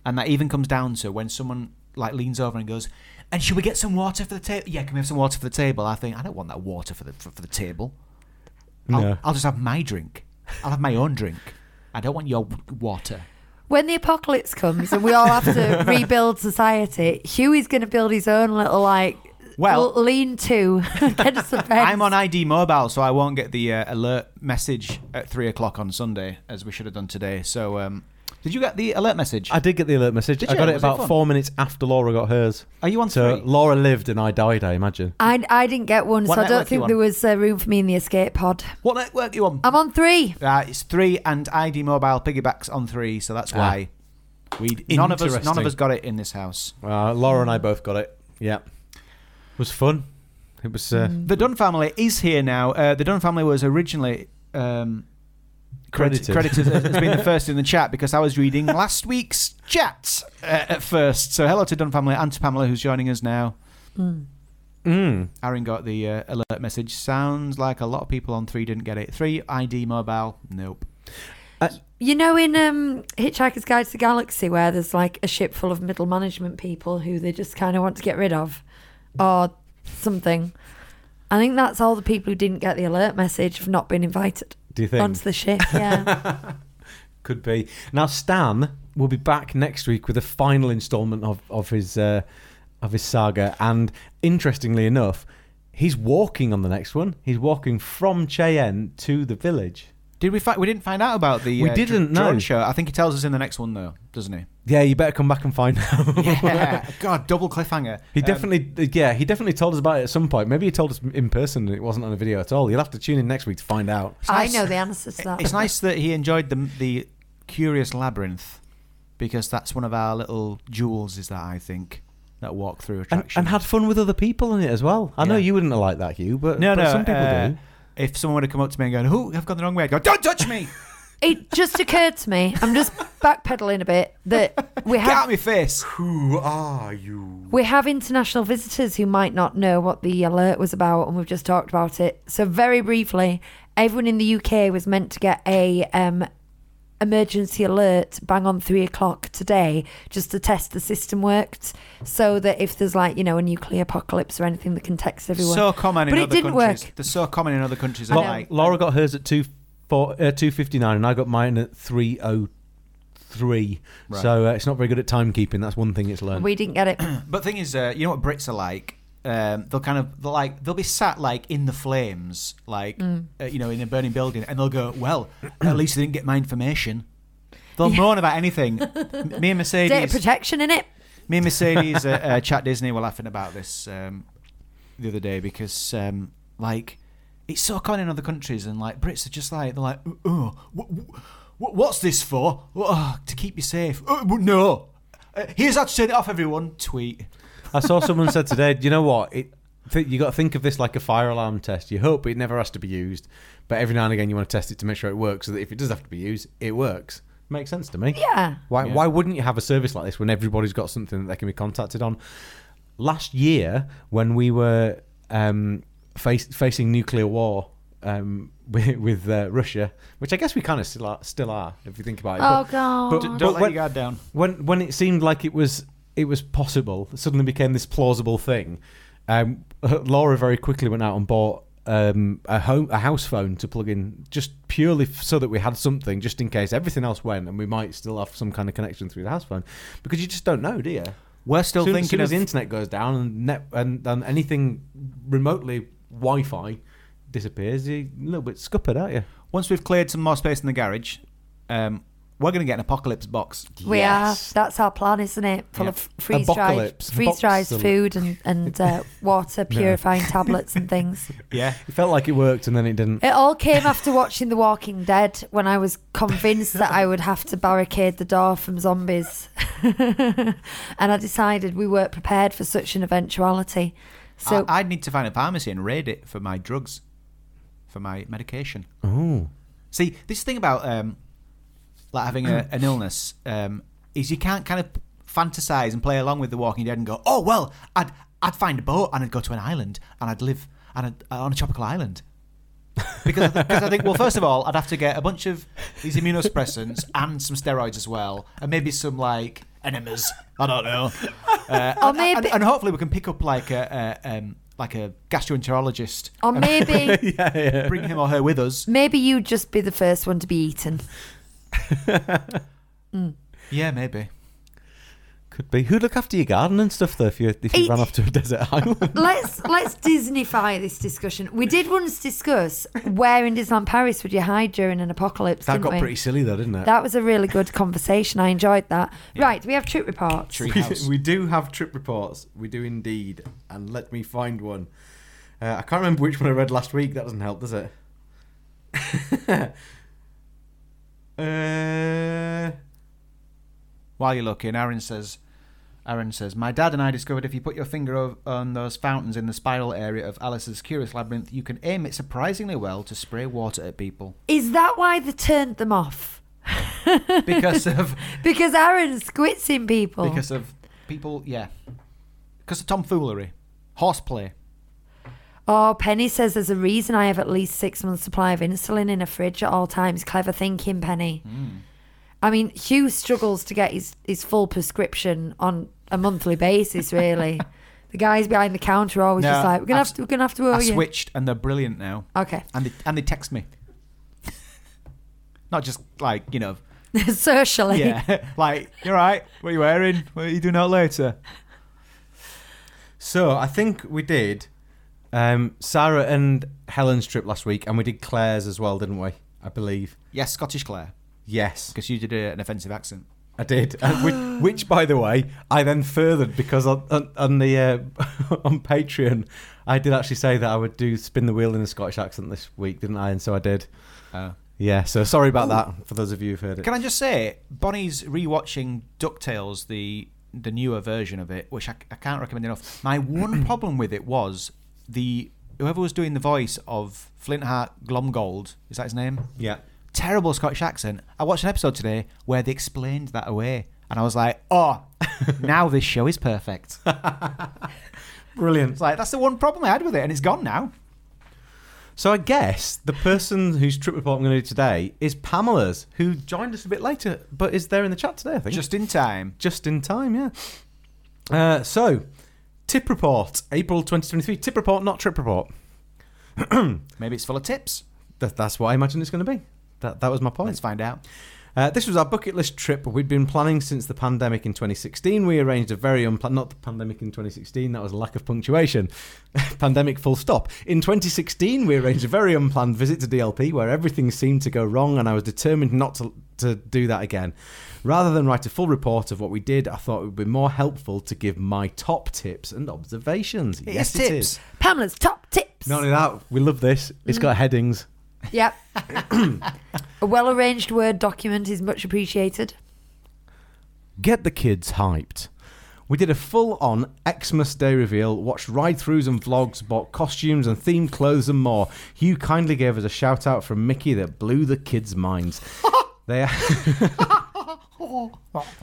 Speaker 2: And that even comes down to when someone like leans over and goes, "And should we get some water for the table? Yeah, can we have some water for the table?" I think I don't want that water for the for, for the table. I'll,
Speaker 4: No.
Speaker 2: I'll just have my drink. I'll have my own drink. I don't want your w- water.
Speaker 3: When the apocalypse comes and we all have to rebuild society, Huey's going to build his own little like
Speaker 2: Well-
Speaker 3: lean to against the fence.
Speaker 2: I'm on ID Mobile, so I won't get the uh, alert message at three o'clock on Sunday as we should have done today. So, um, did you get the alert message?
Speaker 4: I did get the alert message.
Speaker 2: Did
Speaker 4: I
Speaker 2: you?
Speaker 4: got it
Speaker 2: Was it
Speaker 4: about
Speaker 2: fun?
Speaker 4: four minutes after Laura got hers.
Speaker 2: Are you on
Speaker 4: So
Speaker 2: three?
Speaker 4: Laura lived and I died. I imagine.
Speaker 3: I, I didn't get one,
Speaker 2: What
Speaker 3: so I don't
Speaker 2: network
Speaker 3: think
Speaker 2: you
Speaker 3: there
Speaker 2: on?
Speaker 3: was uh, room for me in the escape pod.
Speaker 2: what network you on?
Speaker 3: I'm on three.
Speaker 2: Uh, it's three and ID Mobile piggybacks on three, so that's why we none of us none of
Speaker 4: Ah. Interesting.
Speaker 2: us got it in this house.
Speaker 4: Uh, Laura
Speaker 2: Mm.
Speaker 4: and I both got it. Yeah, was fun. It was. Uh,
Speaker 2: The Dunn family is here now. Uh, the Dunn family was originally um, credit-
Speaker 4: Credited.
Speaker 2: credited as, as being the first in the chat because I was reading last week's chat uh, at first. So hello to Dunn family and to Pamela who's joining us now.
Speaker 4: Mm.
Speaker 2: Aaron got the uh, alert message. Sounds like a lot of people on three didn't get it. Three ID Mobile, nope.
Speaker 3: You know, in um, Hitchhiker's Guide to the Galaxy, where there's like a ship full of middle management people who they just kind of want to get rid of or something. I think that's all the people who didn't get the alert message have not been invited
Speaker 4: Do you think?
Speaker 3: onto the ship. Yeah.
Speaker 4: Could be. Now Stan will be back next week with a final instalment of of his uh, of his saga, and interestingly enough, he's walking on the next one. He's walking from Cheyenne to the village.
Speaker 2: Did we find? We didn't find out about the.
Speaker 4: We
Speaker 2: uh, dr-
Speaker 4: didn't, no.
Speaker 2: drone Show. I think he tells us in the next one though, doesn't he?
Speaker 4: Yeah, you better come back and find out.
Speaker 2: Yeah. God, double cliffhanger.
Speaker 4: He
Speaker 2: Um,
Speaker 4: definitely, yeah, he definitely told us about it at some point. Maybe he told us in person and it wasn't on a video at all. You'll have to tune in next week to find out.
Speaker 3: I
Speaker 2: nice.
Speaker 3: know the answer to that.
Speaker 2: It's nice that he enjoyed the the curious labyrinth because that's one of our little jewels. Is that I think that walk through
Speaker 4: And,
Speaker 2: attraction.
Speaker 4: and had fun with other people in it as well. I know
Speaker 2: Yeah.
Speaker 4: you wouldn't have liked that, Hugh, but,
Speaker 2: no,
Speaker 4: but
Speaker 2: no.
Speaker 4: some people
Speaker 2: uh,
Speaker 4: do.
Speaker 2: If someone would have come up to me and gone, "Who? I've gone the wrong way," I'd go, "Don't touch me!
Speaker 3: It just occurred to me, I'm just backpedaling a bit, that we
Speaker 2: Get out
Speaker 3: have
Speaker 2: of my face!"
Speaker 4: Who are you?
Speaker 3: we have international visitors who might not know what the alert was about, and we've just talked about it. So very briefly, everyone in the UK was meant to get a um, emergency alert bang on three o'clock today, just to test the system worked, so that if there's like you know a nuclear apocalypse or anything that can text everyone.
Speaker 2: So common
Speaker 3: but
Speaker 2: in
Speaker 3: it
Speaker 2: other
Speaker 3: didn't
Speaker 2: countries.
Speaker 3: work.
Speaker 2: They're so common in other countries.
Speaker 3: I
Speaker 2: aren't
Speaker 3: know.
Speaker 2: they?
Speaker 4: Laura got hers at two four uh, two fifty nine, and I got mine at three oh three.
Speaker 2: Right.
Speaker 4: So uh, it's not very good at timekeeping. That's one thing it's learned.
Speaker 3: We didn't get it.
Speaker 2: But thing is, uh, you know what Brits are like. Um, they'll kind of they'll like they'll be sat like in the flames, like
Speaker 3: Mm.
Speaker 2: uh, you know, in a burning building, and they'll go, "Well, at least they didn't get my information." They'll moan about anything. M- me and
Speaker 3: Data
Speaker 2: Mercedes,
Speaker 3: protection in it.
Speaker 2: me and Mercedes at uh, Chat Disney were laughing about this um, the other day because um, like it's so common in other countries, and like Brits are just like they're like, "Oh, wh- wh- what's this for? Oh, to keep you safe? Oh, no." Uh, here's how to turn it off, everyone. Tweet.
Speaker 4: I saw someone said today, you know what? It, th- you got to think of this like a fire alarm test. You hope it never has to be used, but every now and again you want to test it to make sure it works. So that if it does have to be used, it works. Makes sense to me.
Speaker 3: Yeah.
Speaker 4: Why,
Speaker 2: Yeah.
Speaker 4: why wouldn't you have a service like this when everybody's got something that they can be contacted on? Last year, when we were um, face, facing nuclear war um, with, with uh, Russia, which I guess we kind of still are, still are, if you think about it.
Speaker 3: Oh
Speaker 4: but-
Speaker 3: god.
Speaker 4: but-
Speaker 2: Don't
Speaker 4: but
Speaker 2: let
Speaker 4: when-
Speaker 2: your guard down.
Speaker 4: when when it seemed like it was it was possible, it suddenly became this plausible thing. Um, Laura very quickly went out and bought um, a home a house phone to plug in, just purely f- so that we had something, just in case everything else went, and we might still have some kind of connection through the house phone because you just don't know, do you?
Speaker 2: We're still
Speaker 4: soon,
Speaker 2: thinking
Speaker 4: soon
Speaker 2: of
Speaker 4: as the internet goes down and net and, and anything remotely Wi-Fi disappears, you're a little bit scuppered, aren't you?
Speaker 2: once we've cleared some more space in the garage, um, we're going to get an apocalypse box.
Speaker 3: We
Speaker 4: Yes.
Speaker 3: are. That's our plan, isn't it? Full
Speaker 2: Yeah.
Speaker 3: of freeze dried,
Speaker 4: Apocalypse.
Speaker 3: freeze dried
Speaker 4: Apocalypse.
Speaker 3: food and and uh, water purifying tablets and things.
Speaker 2: Yeah. Eh.
Speaker 4: It felt like it worked, and then it didn't.
Speaker 3: It all came after watching The Walking Dead when I was convinced that I would have to barricade the door from zombies, and I decided we weren't prepared for such an eventuality. So
Speaker 2: I, I'd need to find a pharmacy and raid it for my drugs, for my medication.
Speaker 4: Oh,
Speaker 2: See, this thing about um, like having a, an illness, um, is you can't kind of fantasize and play along with The Walking Dead and go, oh well, I'd I'd find a boat and I'd go to an island and I'd live and I'd, uh, on a tropical island. because because I think well first of all I'd have to get a bunch of these immunosuppressants and some steroids as well and maybe some like enemas I don't know
Speaker 3: Or
Speaker 2: uh, and- and-
Speaker 3: maybe-
Speaker 2: and hopefully we can pick up like a, a um, like a gastroenterologist
Speaker 3: Or maybe
Speaker 2: bring him or her with us
Speaker 3: maybe you'd just be the first one to be eaten.
Speaker 2: yeah maybe
Speaker 4: Could be. Who'd look after your garden and stuff though if you if you
Speaker 3: It-
Speaker 4: ran off to a desert island?
Speaker 3: Let's let's Disneyfy this discussion. We did once discuss where in Disneyland Paris would you hide during an apocalypse.
Speaker 4: that
Speaker 3: didn't
Speaker 4: got
Speaker 3: we?
Speaker 4: pretty silly though, didn't it?
Speaker 3: That was a really good conversation. I enjoyed that. Right, we have trip reports.
Speaker 2: treehouse
Speaker 4: we do have trip reports. We do indeed. And let me find one. Uh, I can't remember which one I read last week. That doesn't help, does it? uh,
Speaker 2: while you're looking Aaron says Aaron says my dad and I discovered if you put your finger o- on those fountains in the spiral area of Alice's curious labyrinth you can aim it surprisingly well to spray water at people
Speaker 3: Is that why they turned them off?
Speaker 2: because of
Speaker 3: Because Aaron squits in people.
Speaker 2: because of people, yeah, because of tomfoolery, horseplay.
Speaker 3: oh, Penny says there's a reason I have at least six months' supply of insulin in a fridge at all times. Clever thinking, Penny.
Speaker 2: Hmm.
Speaker 3: I mean, Hugh struggles to get his, his full prescription on a monthly basis, really. the guys behind the counter are always
Speaker 2: No,
Speaker 3: just like, we're gonna
Speaker 2: I've-
Speaker 3: have to, we're gonna have to owe
Speaker 2: I
Speaker 3: you.
Speaker 2: switched, and they're brilliant now.
Speaker 3: Okay,
Speaker 2: And they and they text me, not just like you know,
Speaker 3: socially.
Speaker 2: yeah, like you're right. What are you wearing? What are you doing out later?
Speaker 4: so I think we did um, Sarah and Helen's trip last week, and we did Claire's as well, didn't we? I believe.
Speaker 2: Yes, Scottish Claire,
Speaker 4: Yes,
Speaker 2: because you did a, an offensive accent.
Speaker 4: I did. And which, which, by the way, I then furthered because on, on, on the uh, on Patreon, I did actually say that I would do spin the wheel in a Scottish accent this week, didn't I? And so I did.
Speaker 2: Oh.
Speaker 4: Yeah, so sorry about that for those of you who've heard it.
Speaker 2: Can I just say, Bonnie's rewatching Ducktales, the the newer version of it, which I, I can't recommend enough. My one problem with it was the whoever was doing the voice of Flintheart Glomgold is that his name?
Speaker 4: yeah.
Speaker 2: terrible Scottish accent. I watched an episode today where they explained that away, and I was like, oh, now this show is perfect. It's
Speaker 4: Brilliant.
Speaker 2: like that's the one problem I had with it, and it's gone now.
Speaker 4: So I guess the person whose trip report I'm going to do today is Pamela's, who joined us a bit later, but is there in the chat today, I think.
Speaker 2: Just in time.
Speaker 4: just in time, yeah. Uh, so, tip report, April 2023. Tip report, not trip report.
Speaker 2: Maybe it's full of tips.
Speaker 4: That, that's what I imagine it's going to be. That, that was my point.
Speaker 2: Let's find out.
Speaker 4: Uh, this was our bucket list trip we'd been planning since the pandemic in 2016. We arranged a very unplanned, not the pandemic in 2016, that was a lack of punctuation. pandemic full stop. In 2016, we arranged a very unplanned visit to DLP where everything seemed to go wrong, and I was determined not to, to do that again. Rather than write a full report of what we did, I thought it would be more helpful to give my top tips and observations. yes,
Speaker 2: is
Speaker 4: it
Speaker 2: tips. Mm.
Speaker 4: is.
Speaker 3: Pamela's top tips.
Speaker 4: Not only that, we love this. It's got headings.
Speaker 3: Yep. a well arranged Word document is much appreciated.
Speaker 4: Get the kids hyped. We did a full on Xmas Day reveal, watched ride throughs and vlogs, bought costumes and themed clothes and more. Hugh kindly gave us a shout out from Mickey that blew the kids' minds. they,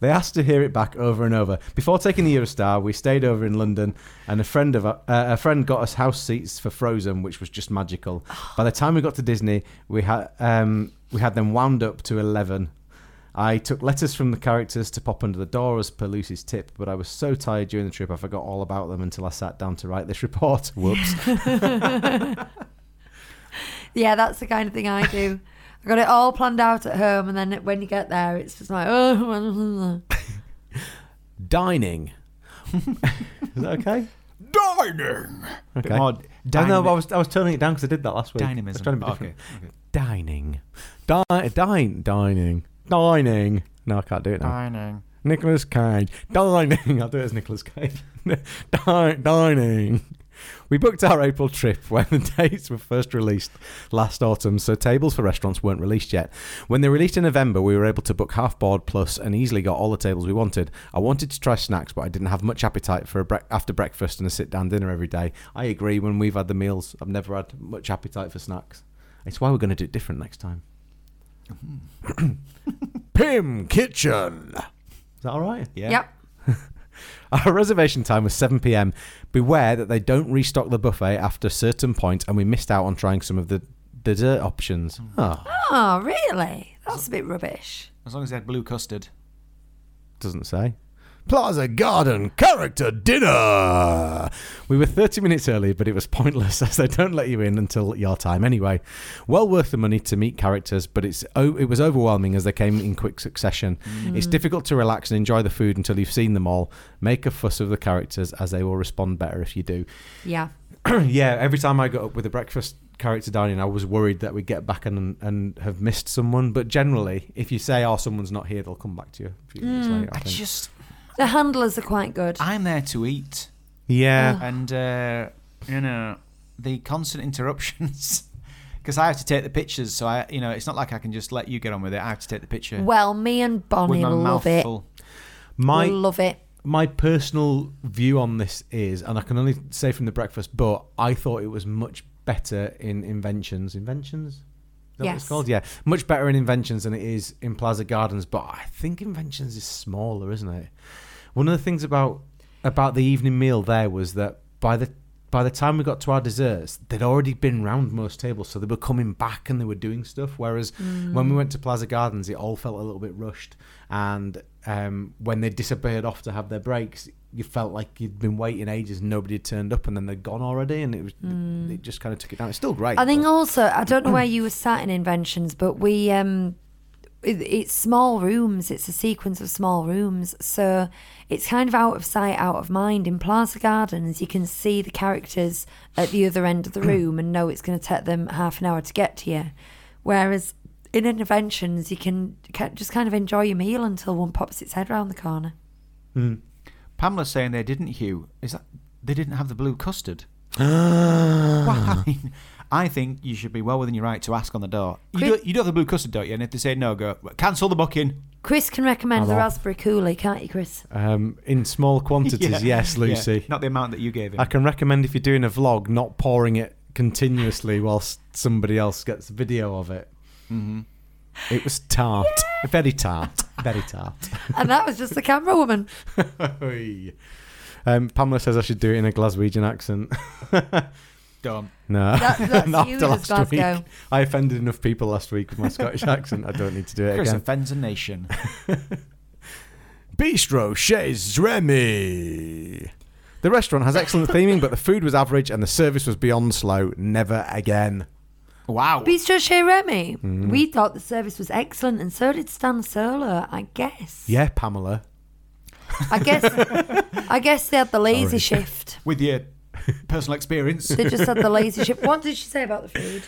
Speaker 4: they asked to hear it back over and over. Before taking the Eurostar, we stayed over in London and a friend, of, uh, a friend got us house seats for Frozen, which was just magical. By the time we got to Disney, we, had um, we had them wound up to 11. I took letters from the characters to pop under the door as per Lucy's tip, but I was so tired during the trip I forgot all about them until I sat down to write this report. Whoops.
Speaker 3: Yeah, that's the kind of thing I do. I got it all planned out at home, and then when you get there, it's just like, oh,
Speaker 4: Dining. Is that okay?
Speaker 2: Dining.
Speaker 4: Okay.
Speaker 2: Bit more
Speaker 4: I know,
Speaker 2: dynamic-
Speaker 4: but I was, I was turning it down because I did that last week. I was
Speaker 2: dynamism. Oh,
Speaker 4: trying to be
Speaker 2: okay.
Speaker 4: different. Dining. Di- dine. Dining. Dining. No, I can't do it now.
Speaker 2: Dining.
Speaker 4: Nicholas Cage. Dining. I'll do it as Nicholas Cage. Di- Dining. We booked our April trip when the dates were first released last autumn, so tables for restaurants weren't released yet. When they released in November, we were able to book half board plus and easily got all the tables we wanted. I wanted to try snacks, but I didn't have much appetite for a brec after breakfast and a sit down dinner every day. I agree, when we've had the meals, I've never had much appetite for snacks. It's why we're going to do it different next time. Pim Kitchen. Is that all right?
Speaker 2: Yeah.
Speaker 3: Yep.
Speaker 4: Our reservation time was 7 p.m. Beware that they don't restock the buffet after a certain point, and we missed out on trying some of the dessert options. Oh,
Speaker 3: Oh, really? That's a bit rubbish.
Speaker 2: As long as they had blue custard.
Speaker 4: doesn't say. Plaza Garden character dinner. We were 30 minutes early, but it was pointless as they don't let you in until your time anyway. Well worth the money to meet characters, but it's oh, it was overwhelming as they came in quick succession. It's difficult to relax and enjoy the food until you've seen them all. Make a fuss of the characters as they will respond better if you do.
Speaker 3: Yeah.
Speaker 4: yeah, every time I got up with a breakfast character dining, I was worried that we'd get back and and have missed someone. But generally, if you say, "Oh, someone's not here," they'll come back to you a few minutes later. I
Speaker 2: I
Speaker 4: think.
Speaker 2: just,
Speaker 3: The handlers are quite good.
Speaker 2: I'm there to eat,
Speaker 4: yeah,
Speaker 2: and uh, you know the constant interruptions. Because I have to take the pictures, so I, you know, it's not like I can just let you get on with it. I have to take the picture
Speaker 3: Well, me and
Speaker 2: with
Speaker 3: Bonnie
Speaker 2: my
Speaker 3: love
Speaker 2: mouth
Speaker 3: it.
Speaker 2: full.
Speaker 4: my
Speaker 3: love it.
Speaker 4: my personal view on this is, and I can only say from the breakfast, but I thought it was much better in inventions. Inventions. Is that what it's
Speaker 3: Yes.
Speaker 4: called? Yeah. Much better in Inventions than it is in Plaza Gardens, but I think Inventions is smaller, isn't it? One of the things about about the evening meal there was that by the by the time we got to our desserts, they'd already been round most tables, so they were coming back and they were doing stuff. Whereas
Speaker 3: Mm.
Speaker 4: when we went to Plaza Gardens, it all felt a little bit rushed, and um, when they disappeared off to have their breaks, you felt like you'd been waiting ages, and nobody had turned up, and then they'd gone already, and it was it just kind of took it down. It's still great.
Speaker 3: Mm. I think
Speaker 4: but-
Speaker 3: also I don't know where you were sat in inventions, but we um, it, it's small rooms. It's a sequence of small rooms, so it's kind of out of sight, out of mind. In Plaza Gardens, you can see the characters at the other end of the room and know it's going to take them half an hour to get to you. Whereas in interventions, you can ca- just kind of enjoy your meal until one pops its head round the corner.
Speaker 2: Pamela's saying they didn't, Hugh. Is that they didn't have the blue custard?
Speaker 3: Uh-huh.
Speaker 2: Why? I think you should be well within your right to ask on the door. You
Speaker 3: Chris-
Speaker 2: do, you do have the blue custard, don't you? And if they say no, go cancel the booking.
Speaker 3: Chris can recommend the
Speaker 4: Hello.
Speaker 3: raspberry coolie, can't you, Chris?
Speaker 4: Um, in small quantities,
Speaker 2: Yeah.
Speaker 4: yes,
Speaker 2: Yeah.
Speaker 4: Lucy.
Speaker 2: Not the amount that you gave him.
Speaker 4: I can recommend if you're doing a vlog, not pouring it continuously whilst somebody else gets video of it. Mm-hmm. It was tart, very tart, very tart.
Speaker 3: And that was just the camera woman.
Speaker 4: um, Pamela says I should do it in a Glaswegian accent.
Speaker 2: Dumb.
Speaker 4: No,
Speaker 3: That- that's
Speaker 4: Not
Speaker 3: you
Speaker 4: after
Speaker 3: as
Speaker 4: last week.
Speaker 3: Glasgow.
Speaker 4: I offended enough people last week with my Scottish accent. I don't need to do it
Speaker 2: Chris
Speaker 4: again.
Speaker 2: offends a nation.
Speaker 4: Bistro Chez Remy. The restaurant has excellent theming, but the food was average and the service was beyond slow. Never again.
Speaker 2: Wow.
Speaker 3: Bistro Chez Remy.
Speaker 2: Mm-hmm.
Speaker 3: We thought the service was excellent, and so did Stan Solo. I guess.
Speaker 4: Yeah, Pamela.
Speaker 3: I guess. I guess they had the lazy shift.
Speaker 2: With your personal experience.
Speaker 3: They just had the lazy shift. What did she say about the food?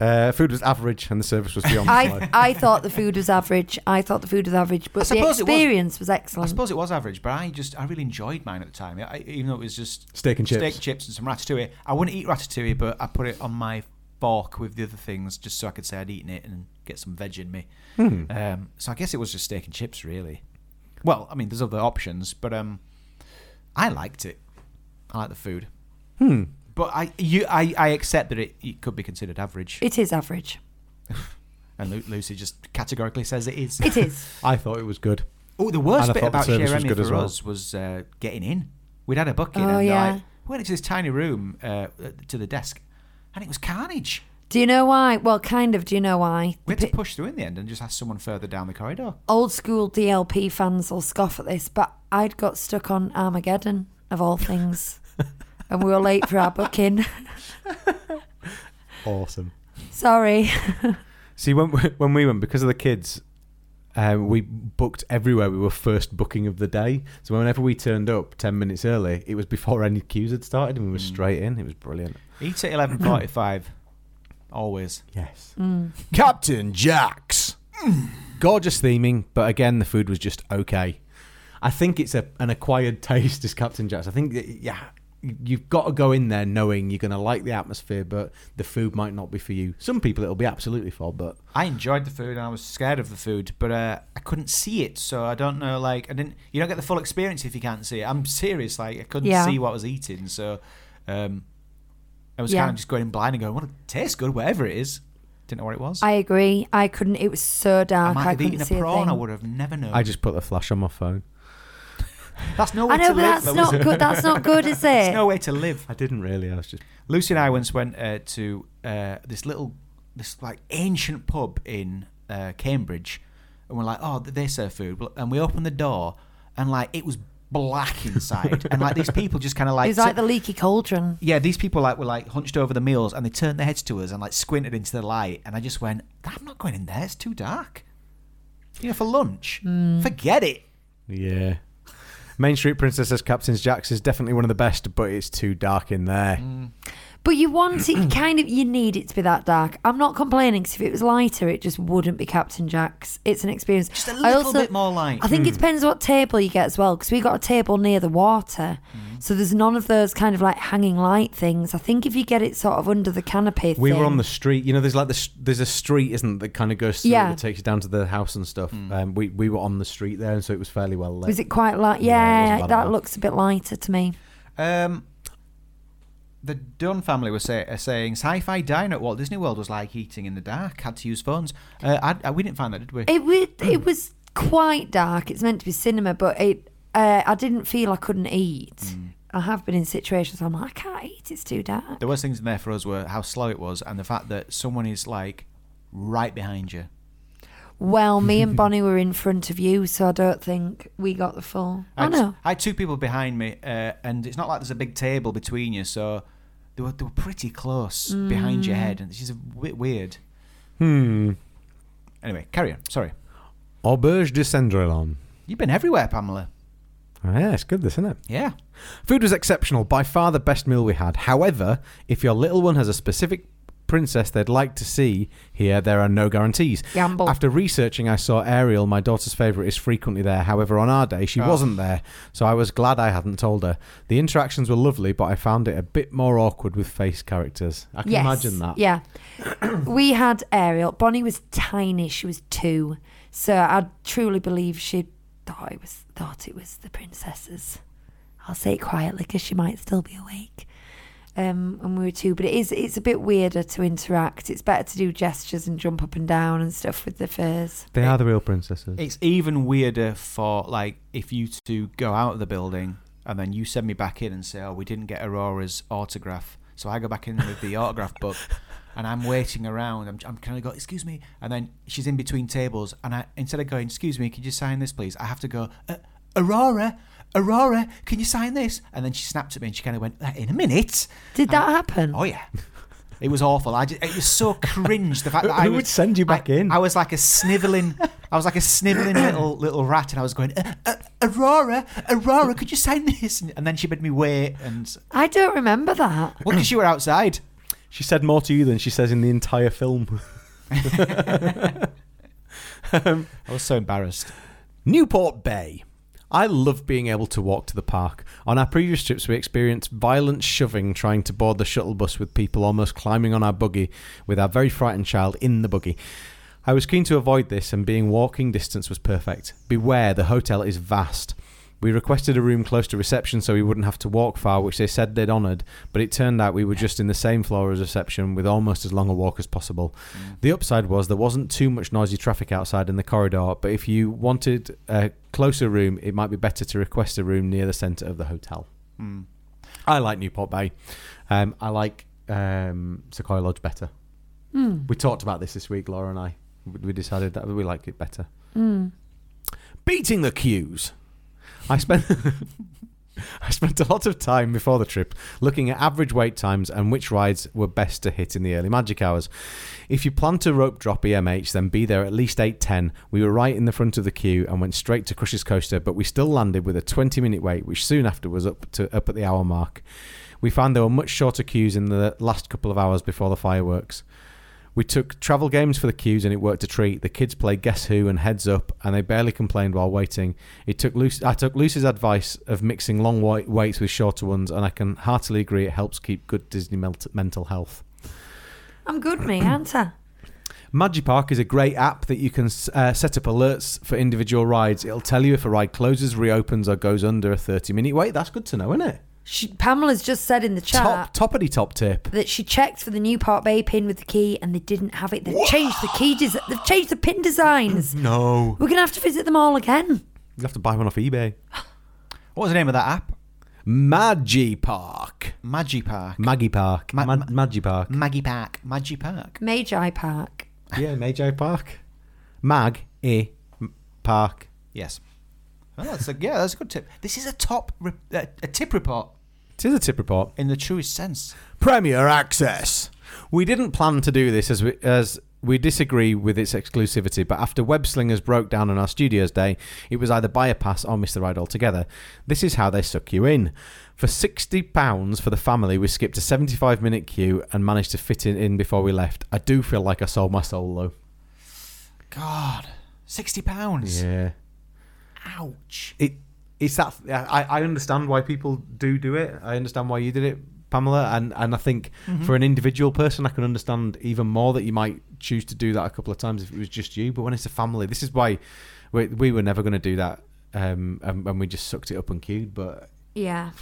Speaker 4: Uh, food was average and the service was beyond slow.
Speaker 3: I I thought the food was average. I thought the food was average, but the
Speaker 2: suppose it was-
Speaker 3: experience was,
Speaker 2: I
Speaker 3: excellent.
Speaker 2: suppose it was average, but I just I really enjoyed mine at the time. I, even though it was just
Speaker 4: Steak and chips.
Speaker 2: steak chips and some ratatouille. I wouldn't eat ratatouille, but I put it on my fork with the other things just so I could say I'd eaten it and get some veg in me.
Speaker 4: Hmm.
Speaker 2: Um, so I guess it was just steak and chips, really. Well, I mean, there's other options, but um, I liked it. I like the food. Hmm. But I you I, I accept that it, it could be considered average,
Speaker 3: it is average.
Speaker 2: and Lu- Lucy just categorically says it is.
Speaker 3: It is.
Speaker 4: I thought it was good.
Speaker 2: Oh, the
Speaker 4: And
Speaker 2: worst
Speaker 4: I
Speaker 2: bit
Speaker 4: thought the
Speaker 2: about
Speaker 4: service
Speaker 2: Share
Speaker 4: was
Speaker 2: Emmy
Speaker 4: good
Speaker 2: for
Speaker 4: as well.
Speaker 2: us was uh, getting in. We'd had a booking
Speaker 3: Oh,
Speaker 2: and
Speaker 3: yeah.
Speaker 2: like, we went into this tiny room uh, to the desk and it was carnage.
Speaker 3: Do you know why? Well, kind of. Do you know why?
Speaker 2: We
Speaker 3: The
Speaker 2: had to
Speaker 3: pi-
Speaker 2: push through in the end and just ask someone further down the corridor.
Speaker 3: Old school DLP fans will scoff at this, but I'd got stuck on Armageddon of all things, and we were late for our booking.
Speaker 4: Awesome.
Speaker 3: Sorry.
Speaker 4: See, when we, when we went, because of the kids, um, we booked everywhere. We were first booking of the day. So whenever we turned up 10 minutes early, it was before any queues had started and we were straight in. It was brilliant.
Speaker 2: Eat at 11.45. Always.
Speaker 4: Yes. Captain Jack's. Gorgeous theming, but again, the food was just okay. I think it's a, an acquired taste, is Captain Jack's. I think, that, yeah, you've got to go in there knowing you're going to like the atmosphere, but the food might not be for you. Some people it'll be absolutely for, but
Speaker 2: I enjoyed the food and I was scared of the food, but uh, I couldn't see it, so I don't know. Like, I didn't. You don't get the full experience if you can't see it. I'm serious. Like, I couldn't
Speaker 3: Yeah.
Speaker 2: see what I was eating, so um, I was
Speaker 3: Yeah.
Speaker 2: kind of just going in blind and going, "Well, it tastes good, whatever it is." Didn't know what it was.
Speaker 3: I agree. I couldn't. It was so
Speaker 2: I
Speaker 3: dark.
Speaker 2: might
Speaker 3: I,
Speaker 2: have
Speaker 3: couldn't
Speaker 2: eaten a
Speaker 3: see
Speaker 2: prawn.
Speaker 3: a
Speaker 2: I
Speaker 3: thing.
Speaker 2: would have never known.
Speaker 4: I just put the flash on my phone.
Speaker 2: that's no way
Speaker 3: I know,
Speaker 2: to
Speaker 3: but
Speaker 2: live.
Speaker 3: that's
Speaker 2: though,
Speaker 3: not
Speaker 2: is it?
Speaker 3: good. That's not good, is it?
Speaker 2: There's no way to live.
Speaker 4: I didn't really. I was just.
Speaker 2: Lucy and I once went uh, to uh, this little, this like ancient pub in uh, Cambridge, and we're like, oh, th- they serve food, Well, and we opened the door, and like it was black inside, and like these people just kind of like.
Speaker 3: It was like
Speaker 2: sit-
Speaker 3: the leaky cauldron.
Speaker 2: yeah, these people like were like hunched over the meals and they turned their heads to us and like squinted into the light and I just went, I'm not going in there, it's too dark. You know, for lunch. Forget it.
Speaker 4: Yeah. Main Street Princesses Captain's Jacks is definitely one of the best, but it's too dark in there.
Speaker 3: But you want it, you kind of, you need it to be that dark. I'm not complaining because if it was lighter, it just wouldn't be Captain Jack's. It's an experience.
Speaker 2: Just a
Speaker 3: I
Speaker 2: little
Speaker 3: also-
Speaker 2: bit more light. Hmm.
Speaker 3: I think it depends what table you get as well because we got a table near the water.
Speaker 2: Hmm.
Speaker 3: So there's none of those kind of like hanging light things. I think if you get it sort of under the canopy
Speaker 4: We were
Speaker 3: thing-
Speaker 4: on the street. You know, there's like this. There's a street, isn't there, that kind of goes through
Speaker 3: Yeah.
Speaker 4: that takes you down to the house and stuff. Um, we we were on the street there, and so it was fairly well lit.
Speaker 3: Was it quite light?
Speaker 4: Yeah, it
Speaker 3: Yeah,
Speaker 4: wasn't bad at
Speaker 3: that
Speaker 4: all.
Speaker 3: looks a bit lighter to me.
Speaker 2: Um, the Dunn family were say, are saying sci-fi diner at Walt Disney World was like eating in the dark. Had to use phones. Uh, I, I, we didn't find that, did we?
Speaker 3: It was, it was quite dark. It's meant to be cinema, but it uh, I didn't feel I couldn't eat. I have been in situations I'm like, I can't eat, it's too dark.
Speaker 2: the worst things in there for us were how slow it was and the fact that someone is like right behind you.
Speaker 3: Well, me and Bonnie were in front of you, so I don't think we got the full. Oh,
Speaker 2: I,
Speaker 3: I
Speaker 2: had s-
Speaker 3: know.
Speaker 2: I had two people behind me, uh, and it's not like there's a big table between you, so they were they were pretty close behind your head, and it's just a bit weird.
Speaker 4: Hmm.
Speaker 2: Anyway, carry on. Sorry,
Speaker 4: Auberge de Cendrillon.
Speaker 2: you've been everywhere, Pamela.
Speaker 4: Ah, Yeah, it's good, this, isn't it?
Speaker 2: Yeah,
Speaker 4: Food was exceptional, by far the best meal we had. However, if your little one has a specific princess they'd like to see here, there are no guarantees.
Speaker 3: Gamble.
Speaker 4: After researching, I saw Ariel, my daughter's favourite, is frequently there. However, on our day, she
Speaker 3: Oh.
Speaker 4: wasn't there, so I was glad I hadn't told her. The interactions were lovely, but I found it a bit more awkward with face characters. I can
Speaker 3: Yes.
Speaker 4: imagine that.
Speaker 3: Yeah. we had Ariel. Bonnie was tiny, she was two. So I truly believe she thought it was thought it was the princesses. I'll say it quietly because she might still be awake. Um, and we were two, but it is it's a bit weirder to interact. It's better to do gestures and jump up and down and stuff with the furs.
Speaker 4: They are the real princesses.
Speaker 2: it's even weirder for like if you two go out of the building and then you send me back in and say, "Oh, we didn't get Aurora's autograph," so I go back in with the autograph book. And I'm waiting around. I'm, I'm kind of go, excuse me, and then she's in between tables. And I instead of going, excuse me, could you sign this, please? I have to go, uh, Aurora, Aurora, can you sign this? And then she snapped at me and she kind of went, "Uh, in a minute.
Speaker 3: Did that happen?
Speaker 2: Oh yeah, it was awful. I just, it was so cringe. The fact that
Speaker 4: Who-
Speaker 2: I
Speaker 4: who
Speaker 2: was-
Speaker 4: would send you back
Speaker 2: I-
Speaker 4: in?
Speaker 2: I was like a sniveling. I was like a sniveling little little rat, and I was going, uh, uh, Aurora, Aurora, could you sign this? And, and then she made me wait, and
Speaker 3: I don't remember that.
Speaker 2: well, because you were outside.
Speaker 4: She said more to you than she says in the entire film.
Speaker 2: I was so embarrassed.
Speaker 4: Newport Bay. I love being able to walk to the park. On our previous trips, we experienced violent shoving trying to board the shuttle bus with people almost climbing on our buggy with our very frightened child in the buggy. I was keen to avoid this, and being walking distance was perfect. Beware, the hotel is vast. We requested a room close to reception so we wouldn't have to walk far, which they said they'd honoured, but it turned out we were just in the same floor as reception with almost as long a walk as possible. The upside was there wasn't too much noisy traffic outside in the corridor, but if you wanted a closer room, it might be better to request a room near the centre of the hotel. I like Newport Bay. Um, I like um, Sequoia Lodge better. We talked about this this week, Laura and I. We we decided that we like it better. Beating the queues. I spent I spent a lot of time before the trip looking at average wait times and which rides were best to hit in the early magic hours. If you plan to rope drop EMH, then be there at least 8.10. We were right in the front of the queue and went straight to Crush's Coaster, but we still landed with a 20-minute wait, which soon after was up to up at the hour mark. We found there were much shorter queues in the last couple of hours before the fireworks. We took travel games for the queues and it worked a treat. The kids played Guess Who and Heads Up, and they barely complained while waiting. It took Lucy, I took Lucy's advice of mixing long wait- waits with shorter ones, and I can heartily agree it helps keep good Disney melt- mental health.
Speaker 3: I'm good, me, aren't I?
Speaker 4: Magipark is a great app that you can uh, set up alerts for individual rides. It'll tell you if a ride closes, reopens, or goes under a 30 minute wait. That's good to know, isn't it?
Speaker 3: She, Pamela's just said in the chat
Speaker 4: Top toppity top tip.
Speaker 3: that she checked for the new Part Bay pin with the key and they didn't have it. They've changed the key. Des- they've changed the pin designs.
Speaker 4: No,
Speaker 3: We're gonna have to visit them all again.
Speaker 4: you have to buy one off eBay.
Speaker 2: What was the name of that app?
Speaker 4: Maggie Park,
Speaker 2: Maggie Park.
Speaker 4: Maggie Park,
Speaker 2: Ma-
Speaker 4: Ma-
Speaker 2: ma-
Speaker 4: Maggie Park.
Speaker 2: Maggie Park. Maggie Park.
Speaker 3: Magi Park.
Speaker 4: Yeah, Magi Park, Mag A Park.
Speaker 2: Yes. Well, that's a, yeah, that's a good tip. This is a top re- uh, a tip report
Speaker 4: It is a tip report.
Speaker 2: in the truest sense.
Speaker 4: Premier access. We didn't plan to do this as we as we disagree with its exclusivity, but after Web Slingers broke down on our studios day, it was either buy a pass or miss the ride altogether. This is how they suck you in. For sixty pounds for the family, we skipped a seventy-five minute queue and managed to fit it in before we left. I do feel like I sold my soul though.
Speaker 2: God, sixty pounds.
Speaker 4: Yeah.
Speaker 2: Ouch.
Speaker 4: it it's that I, I understand why people do do it i understand why you did it pamela and and i think for an individual person i can understand even more that you might choose to do that a couple of times if it was just you but when it's a family this is why we, we were never going to do that um and, and we just sucked it up and queued but
Speaker 3: Yeah.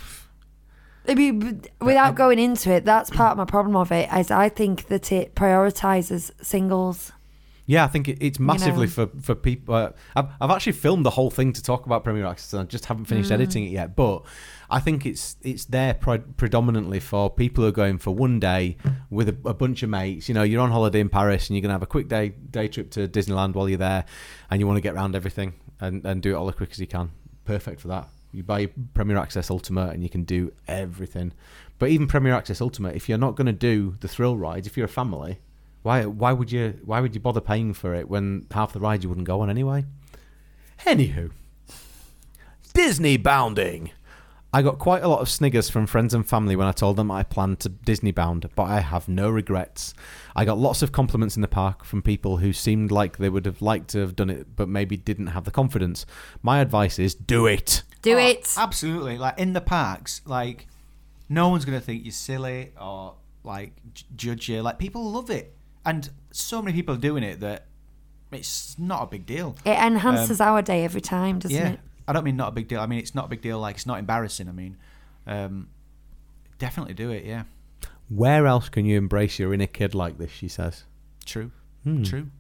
Speaker 3: I mean, b-
Speaker 2: uh,
Speaker 3: without going into it, that's part of my problem of it. Is I think that it prioritizes singles.
Speaker 4: yeah i think it, it's massively for for people uh, I've, I've actually filmed the whole thing to talk about premier access and i just haven't finished editing it yet but i think it's it's there pre- predominantly for people who are going for one day with a, a bunch of mates you know you're on holiday in paris and you're going to have a quick day day trip to disneyland while you're there and you want to get around everything and, and do it all as quick as you can perfect for that you buy premier access ultimate and you can do everything but even premier access ultimate if you're not going to do the thrill rides if you're a family why? Why would you? Why would you bother paying for it when half the ride you wouldn't go on anyway? Anywho, Disney bounding. I got quite a lot of sniggers from friends and family when I told them I planned to Disney bound, but I have no regrets. I got lots of compliments in the park from people who seemed like they would have liked to have done it, but maybe didn't have the confidence. My advice is do it.
Speaker 3: Do
Speaker 2: Oh,
Speaker 3: it.
Speaker 2: Absolutely. Like in the parks, like no one's gonna think you're silly or like j- judge you. Like people love it, and so many people are doing it that it's not a big deal.
Speaker 3: It enhances our day every time, doesn't
Speaker 2: Um, yeah,
Speaker 3: it?
Speaker 2: I don't mean not a big deal. I mean it's not a big deal. Like it's not embarrassing. I mean, um, definitely do it. Yeah,
Speaker 4: Where else can you embrace your inner kid like this? She says.
Speaker 2: true, true.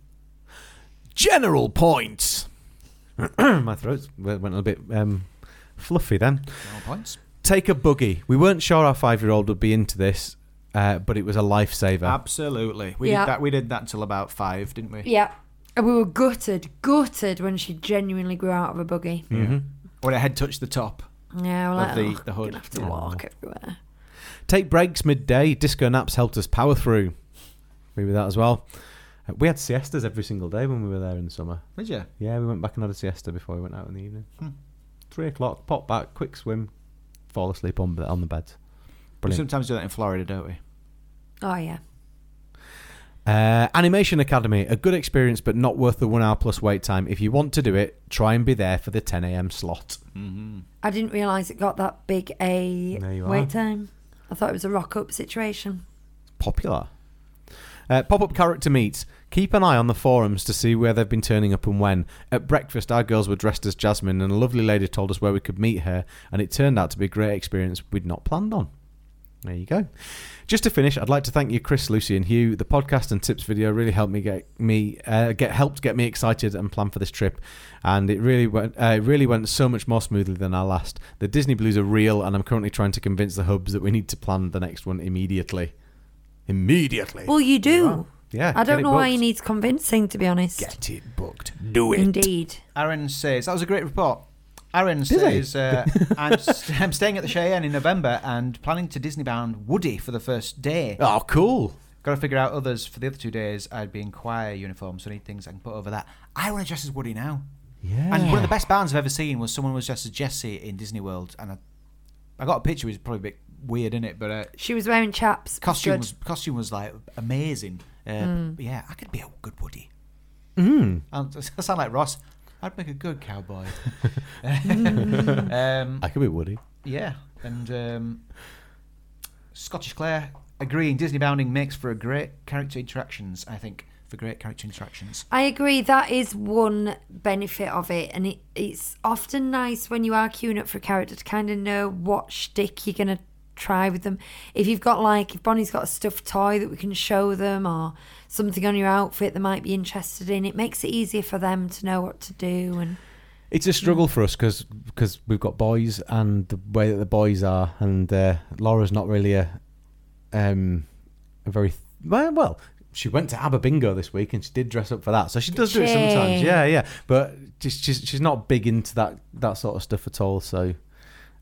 Speaker 4: general points. My throat went went a bit um, fluffy then.
Speaker 2: No points.
Speaker 4: Take a buggy. We weren't sure our five year old would be into this, uh, but it was a lifesaver.
Speaker 2: Absolutely. We
Speaker 3: Yeah.
Speaker 2: did that. We did that until about five, didn't we?
Speaker 3: Yeah. And we were gutted, gutted when she genuinely grew out of a buggy.
Speaker 2: When it had touched the top.
Speaker 3: Yeah, we're
Speaker 2: Mm.
Speaker 3: like,
Speaker 2: Of the-
Speaker 3: oh,
Speaker 2: the
Speaker 3: we're
Speaker 2: hood.
Speaker 3: gonna have to walk everywhere.
Speaker 4: Take breaks midday. Disco naps helped us power through. Agree with that as well. Uh, We had siestas every single day when we were there in the summer.
Speaker 2: Did you?
Speaker 4: Yeah, we went back and had a siesta before we went out in the evening. Three o'clock, pop back, quick swim, fall asleep on, the- on the bed.
Speaker 2: We
Speaker 4: Brilliant.
Speaker 2: sometimes do that in Florida, don't we?
Speaker 3: Oh yeah.
Speaker 4: Uh, Animation Academy, a good experience, but not worth the one hour plus wait time. If you want to do it, try and be there for the 10 a.m. slot.
Speaker 3: I didn't realise it got that big a
Speaker 4: There you are.
Speaker 3: wait time. I thought it was a rock up situation.
Speaker 4: Popular. Uh, Pop up character meets. Keep an eye on the forums to see where they've been turning up and when. At breakfast, our girls were dressed as Jasmine, and a lovely lady told us where we could meet her, and it turned out to be a great experience we'd not planned on. There you go. Just to finish, I'd like to thank you, Chris, Lucy, and Hugh. The podcast and tips video really helped me get me uh, get helped get me excited and plan for this trip, and it really went uh, it really went so much more smoothly than our last. The Disney blues are real, and I'm currently trying to convince the hubs that we need to plan the next one immediately. Immediately.
Speaker 3: Well, you do.
Speaker 4: Yeah,
Speaker 3: I
Speaker 4: get
Speaker 3: don't
Speaker 4: it
Speaker 3: know why
Speaker 4: booked.
Speaker 3: you need convincing, to be honest.
Speaker 4: Get it booked. Do
Speaker 3: Indeed.
Speaker 2: Aaron says that was a great report. Aaron says uh, I'm, st- I'm staying at the Cheyenne in November and planning to Disneybound Woody for the first day.
Speaker 4: Oh, cool.
Speaker 2: Got to figure out others for the other two days. I'd be in choir uniform, so I need things I can put over that. I want to dress as Woody now.
Speaker 4: Yeah.
Speaker 2: And one of the best bands I've ever seen was someone was dressed as Jesse in Disney World, and I, I got a picture. It was probably a bit weird, in it, but uh,
Speaker 3: She was wearing chaps. It's
Speaker 2: costume
Speaker 3: good.
Speaker 2: was, costume was like amazing. Uh, but Yeah, I could be a good Woody. Mm. I sound like Ross. I'd make a good cowboy. um,
Speaker 4: I could be Woody.
Speaker 2: yeah, and um, Scottish Claire agreeing Disney bounding makes for a great character interactions. I think for great character interactions.
Speaker 3: I agree. That is one benefit of it, and it, it's often nice when you are queuing up for a character to kind of know what shtick you're gonna try with them. If you've got like, if Bonnie's got a stuffed toy that we can show them, or something on your outfit they might be interested in, it makes it easier for them to know what to do. And
Speaker 4: It's a struggle for us because we've got boys and the way that the boys are, and uh, Laura's not really a um a very th- well, well. She went to ABBA Bingo this week and she did dress up for that, so she does do it sometimes.
Speaker 3: she?
Speaker 4: Yeah, yeah, but she's she's, she's not big into that that sort of stuff at all. So.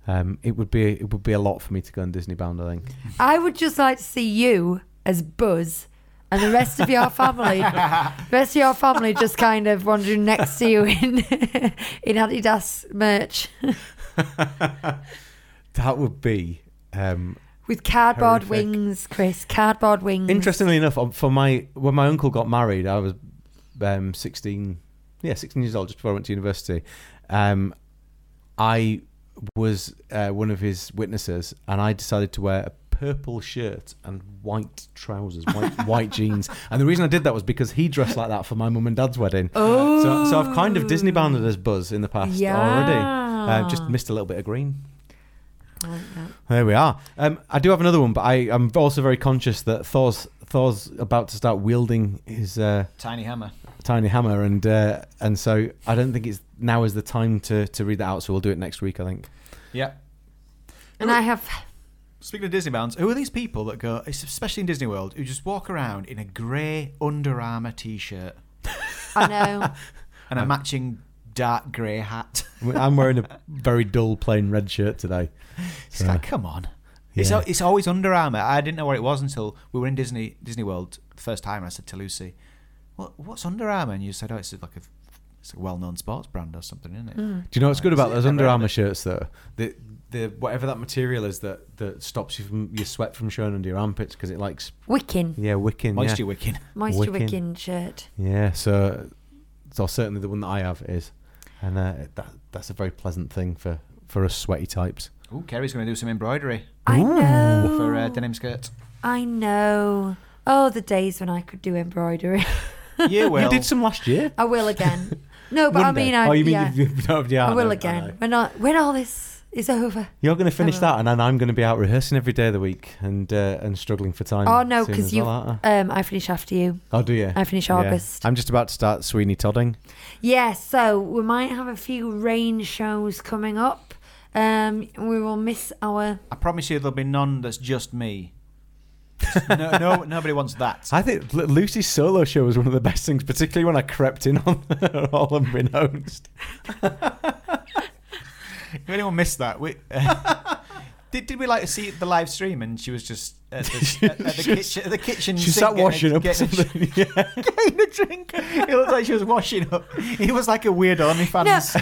Speaker 4: Um, it would be it would be a lot for me to go on Disney Bound. I think
Speaker 3: I would just like to see you as Buzz. And the rest of your family, the rest of your family, just kind of wandering next to you in in Adidas merch.
Speaker 4: that would be um,
Speaker 3: With cardboard
Speaker 4: Horrific.
Speaker 3: wings, Chris. Cardboard wings.
Speaker 4: Interestingly enough, um, for my when my uncle got married, I was um, sixteen, yeah, sixteen years old, just before I went to university. Um, I was uh, one of his witnesses, and I decided to wear a purple shirt and white trousers, white white jeans. And the reason I did that was because he dressed like that for my mum and dad's wedding. Oh, so, so I've kind of Disney bounded as Buzz in the past already. Uh, just
Speaker 3: Yeah.
Speaker 4: missed a little bit of green.
Speaker 3: I like that.
Speaker 4: There we are. Um, I do have another one, but I, I'm also very conscious that Thor's Thor's about to start wielding his uh,
Speaker 2: Tiny Hammer.
Speaker 4: tiny hammer, and uh, and so I don't think it's now is the time to to read that out. So we'll do it next week, I think.
Speaker 2: Yeah.
Speaker 3: And I have
Speaker 2: Speaking of Disney bounds, who are these people that go, especially in Disney World, who just walk around in a grey Under Armour t-shirt
Speaker 3: I know.
Speaker 2: and a matching dark grey hat?
Speaker 4: I'm wearing a very dull plain red shirt today.
Speaker 2: It's like, come on. It's,
Speaker 4: Yeah.
Speaker 2: al- it's always Under Armour. I didn't know what it was until we were in Disney Disney World the first time. And I said to Lucy, "What what's Under Armour?" And you said, "Oh, it's like a it's a well known sports brand or something, isn't it?"
Speaker 4: Do you know what's good about
Speaker 2: See,
Speaker 4: those
Speaker 2: I've
Speaker 4: Under
Speaker 2: heard
Speaker 4: Armour
Speaker 2: of
Speaker 4: shirts though? The the whatever that material is that that stops you from your sweat from showing under your armpits because it likes
Speaker 3: Wicking.
Speaker 4: yeah wicking yeah.
Speaker 2: Moisture wicking.
Speaker 3: Moisture
Speaker 4: Wicking.
Speaker 3: wicking, shirt.
Speaker 4: Yeah, so so certainly the one that I have is, and uh, that that's a very pleasant thing for for us sweaty types.
Speaker 2: Ooh, Kerry's going to do some embroidery
Speaker 3: I know.
Speaker 2: for uh, denim skirts.
Speaker 3: I know. Oh, the days when I could do embroidery.
Speaker 2: You will.
Speaker 4: You did some last year.
Speaker 3: I will again. No, but I
Speaker 4: One day.
Speaker 3: mean, I,
Speaker 4: oh, you mean
Speaker 3: yeah,
Speaker 4: you've, you've, no, yeah,
Speaker 3: I will
Speaker 4: know, know.
Speaker 3: again. When, I, when all this is over.
Speaker 4: You're going to finish
Speaker 3: will.
Speaker 4: that, and then I'm going to be out rehearsing every day of the week and uh, and struggling for time.
Speaker 3: Oh, no,
Speaker 4: soon
Speaker 3: because
Speaker 4: as
Speaker 3: you.
Speaker 4: well, aren't I?
Speaker 3: Um, I finish after you.
Speaker 4: Oh, do you?
Speaker 3: I finish
Speaker 4: Yeah.
Speaker 3: August.
Speaker 4: I'm just about to start Sweeney Todding.
Speaker 3: Yeah, so we might have a few rain shows coming up. Um, we will miss our
Speaker 2: I promise you, there'll be none that's just me. no, no, nobody wants that.
Speaker 4: I think Lu- Lucy's solo show was one of the best things, particularly when I crept in on her all unbeknownst.
Speaker 2: If anyone missed that, we, did, did we like see the live stream and she was just at the, at, at the kitchen? At the kitchen,
Speaker 4: She
Speaker 2: sink
Speaker 4: sat
Speaker 2: getting a-
Speaker 4: washing up or
Speaker 2: getting a-
Speaker 4: something. Yeah.
Speaker 2: getting a drink. It looked like she was washing up. It was like a weird army fans.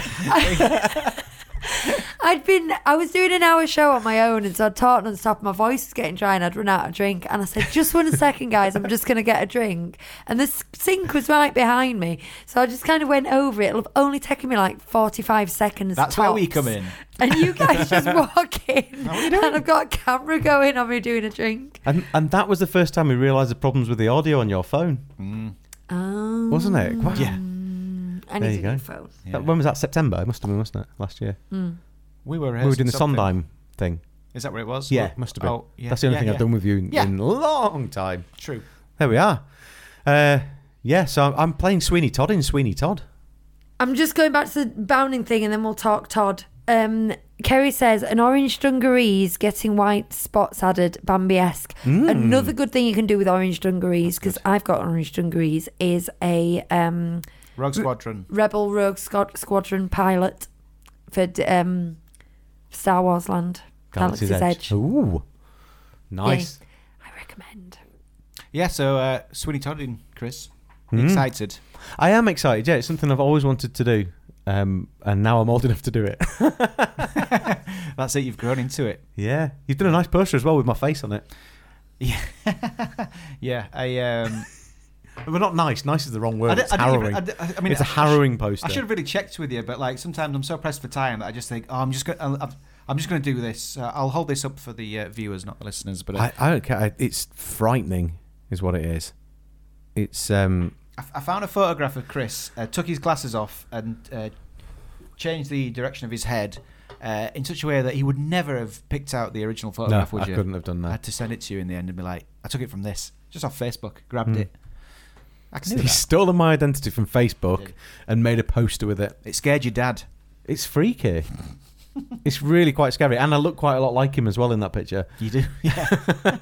Speaker 3: I'd been, I was doing an hour show on my own, and so I'd talked non stop. My voice was getting dry, and I'd run out of drink. And I said, "Just one second, guys, I'm just going to get a drink." And the s- sink was right behind me, so I just kind of went over it. It'll have only taken me like 45 seconds.
Speaker 2: That's where we
Speaker 3: tops.
Speaker 2: come in.
Speaker 3: And you guys just walk in, and I've got a camera going on me doing a drink.
Speaker 4: And and that was the first time we realised the problems with the audio on your phone,
Speaker 3: Um,
Speaker 4: wasn't it? Wow.
Speaker 2: Mm. Yeah.
Speaker 3: I
Speaker 4: There
Speaker 3: need
Speaker 4: you
Speaker 3: a
Speaker 4: go.
Speaker 3: new phone.
Speaker 2: Yeah.
Speaker 4: That- when was that? September? It must have been, wasn't it? Last year.
Speaker 3: Mm.
Speaker 2: We were,
Speaker 4: we were doing the
Speaker 2: rehearsing something.
Speaker 4: Sondheim thing.
Speaker 2: Is that where it was?
Speaker 4: Yeah,
Speaker 2: Oh,
Speaker 4: must have been.
Speaker 2: oh, yeah,
Speaker 4: That's the only
Speaker 2: yeah,
Speaker 4: thing
Speaker 2: yeah.
Speaker 4: I've done with you in,
Speaker 2: Yeah.
Speaker 4: in a long time.
Speaker 2: True.
Speaker 4: There we are. Uh, yeah, so I'm, I'm playing Sweeney Todd in Sweeney Todd.
Speaker 3: I'm just going back to the bounding thing and then we'll talk Todd. Um, Kerry says an orange dungarees getting white spots added Bambi esque.
Speaker 4: Mm.
Speaker 3: Another good thing you can do with orange dungarees because I've got orange dungarees is a um,
Speaker 2: Rogue Squadron.
Speaker 3: Rebel Rogue Squad- Squadron pilot for d- um, Star Wars Land Galaxy's, Edge.
Speaker 4: Ooh. Nice.
Speaker 3: Yay. I recommend.
Speaker 2: Yeah, so uh, Sweeney Todd in Chris.
Speaker 4: Hmm?
Speaker 2: Excited.
Speaker 4: I am excited. Yeah, it's something I've always wanted to do. Um, and now I'm old enough to do it.
Speaker 2: That's it. You've grown into it.
Speaker 4: yeah. You've done a nice poster as well with my face on it.
Speaker 2: Yeah. yeah. I. Um,
Speaker 4: Well, not nice. Nice is the wrong word.
Speaker 2: I, di-
Speaker 4: it's
Speaker 2: I didn't
Speaker 4: harrowing.
Speaker 2: even- I di- I- I mean,
Speaker 4: it's a
Speaker 2: I-
Speaker 4: harrowing poster.
Speaker 2: I should have really checked with you, but like sometimes I'm so pressed for time that I just think, oh, I'm just going. to I'm just going to do this. Uh, I'll hold this up for the uh, viewers, not the listeners. But uh,
Speaker 4: I, I don't care. I- It's frightening, is what it is. It's um,
Speaker 2: I, I found a photograph of Chris. Uh, took his glasses off and uh, changed the direction of his head uh, in such a way that he would never have picked out the original photograph. would
Speaker 4: I
Speaker 2: you?
Speaker 4: couldn't have done that.
Speaker 2: I had to send it to you in the end and be like, I took it from this, just off Facebook, grabbed
Speaker 4: Hmm.
Speaker 2: it. I can do
Speaker 4: He's
Speaker 2: that.
Speaker 4: stolen my identity from Facebook
Speaker 2: Did.
Speaker 4: and made a poster with it.
Speaker 2: It scared your dad.
Speaker 4: It's freaky. it's really quite scary, and I look quite a lot like him as well in that picture.
Speaker 2: You do.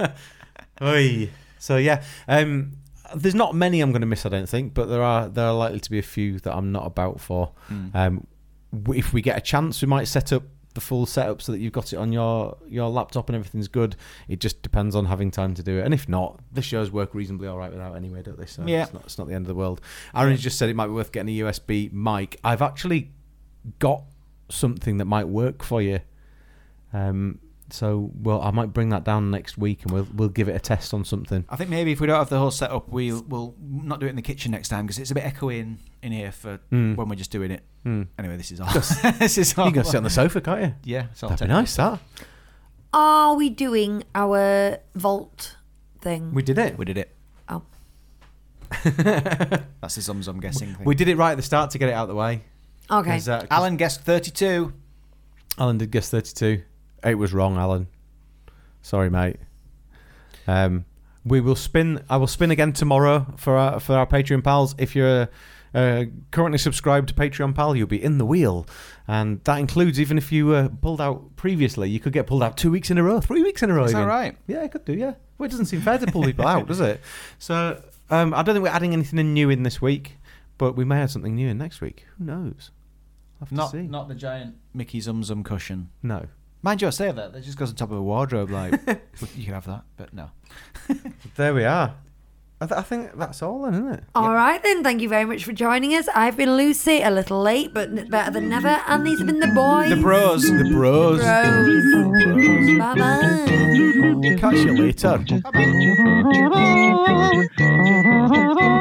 Speaker 4: Oi. So yeah, um, there's not many I'm going to miss, I don't think, but there are there are likely to be a few that I'm not about for. Um, w- if we get a chance, we might set up the full setup so that you've got it on your your laptop and everything's good. It just depends on having time to do it, and if not, the shows work reasonably all right without anyway, don't they? So
Speaker 2: Yeah.
Speaker 4: it's not it's not the end of the world. Aaron's just said it might be worth getting a USB mic. I've actually got something that might work for you. Um, so well, I might bring that down next week, and we'll we'll give it a test on something.
Speaker 2: I think maybe if we don't have the whole setup, we'll we'll not do it in the kitchen next time because it's a bit echoey in, in here for when we're just doing it. Anyway, this is all. this is all.
Speaker 4: Hmm. You can sit on the sofa, can't you?
Speaker 2: yeah, it's all
Speaker 4: That'd be
Speaker 2: technical.
Speaker 4: nice. That
Speaker 3: Are we doing our vault thing?
Speaker 4: we did it.
Speaker 2: We did it.
Speaker 3: Oh.
Speaker 2: That's the zums I'm guessing. Thing.
Speaker 4: We did it right at the start to get it out of the way.
Speaker 3: okay.
Speaker 4: 'Cause, uh, 'cause
Speaker 2: Alan guessed 32.
Speaker 4: Alan did guess thirty-two. It was wrong, Alan. Sorry, mate. Um, we will spin. I will spin again tomorrow for our for our Patreon pals. If you're uh, currently subscribed to Patreon pal, you'll be in the wheel, and that includes even if you uh, pulled out previously, you could get pulled out two weeks in a row, three weeks in a row.
Speaker 2: Is that
Speaker 4: even.
Speaker 2: right?
Speaker 4: Yeah, it could do. Yeah. Well, it doesn't seem fair to pull people out, does it? So um, I don't think we're adding anything in new in this week, but we may add something new in next week. Who knows? I'll have
Speaker 2: Not
Speaker 4: to see.
Speaker 2: not the giant Mickey zum zum cushion.
Speaker 4: no.
Speaker 2: Mind you, I say that. That just goes on top of a wardrobe. Like, you could have that, but no.
Speaker 4: There we are. I, th- I think that's all then, isn't it?
Speaker 3: All right then. Thank you very much for joining us. I've been Lucy, a little late, but n- better than never. And these have been the boys.
Speaker 2: The bros. The bros.
Speaker 3: Bye bye.
Speaker 4: Catch you later.
Speaker 6: Thank you.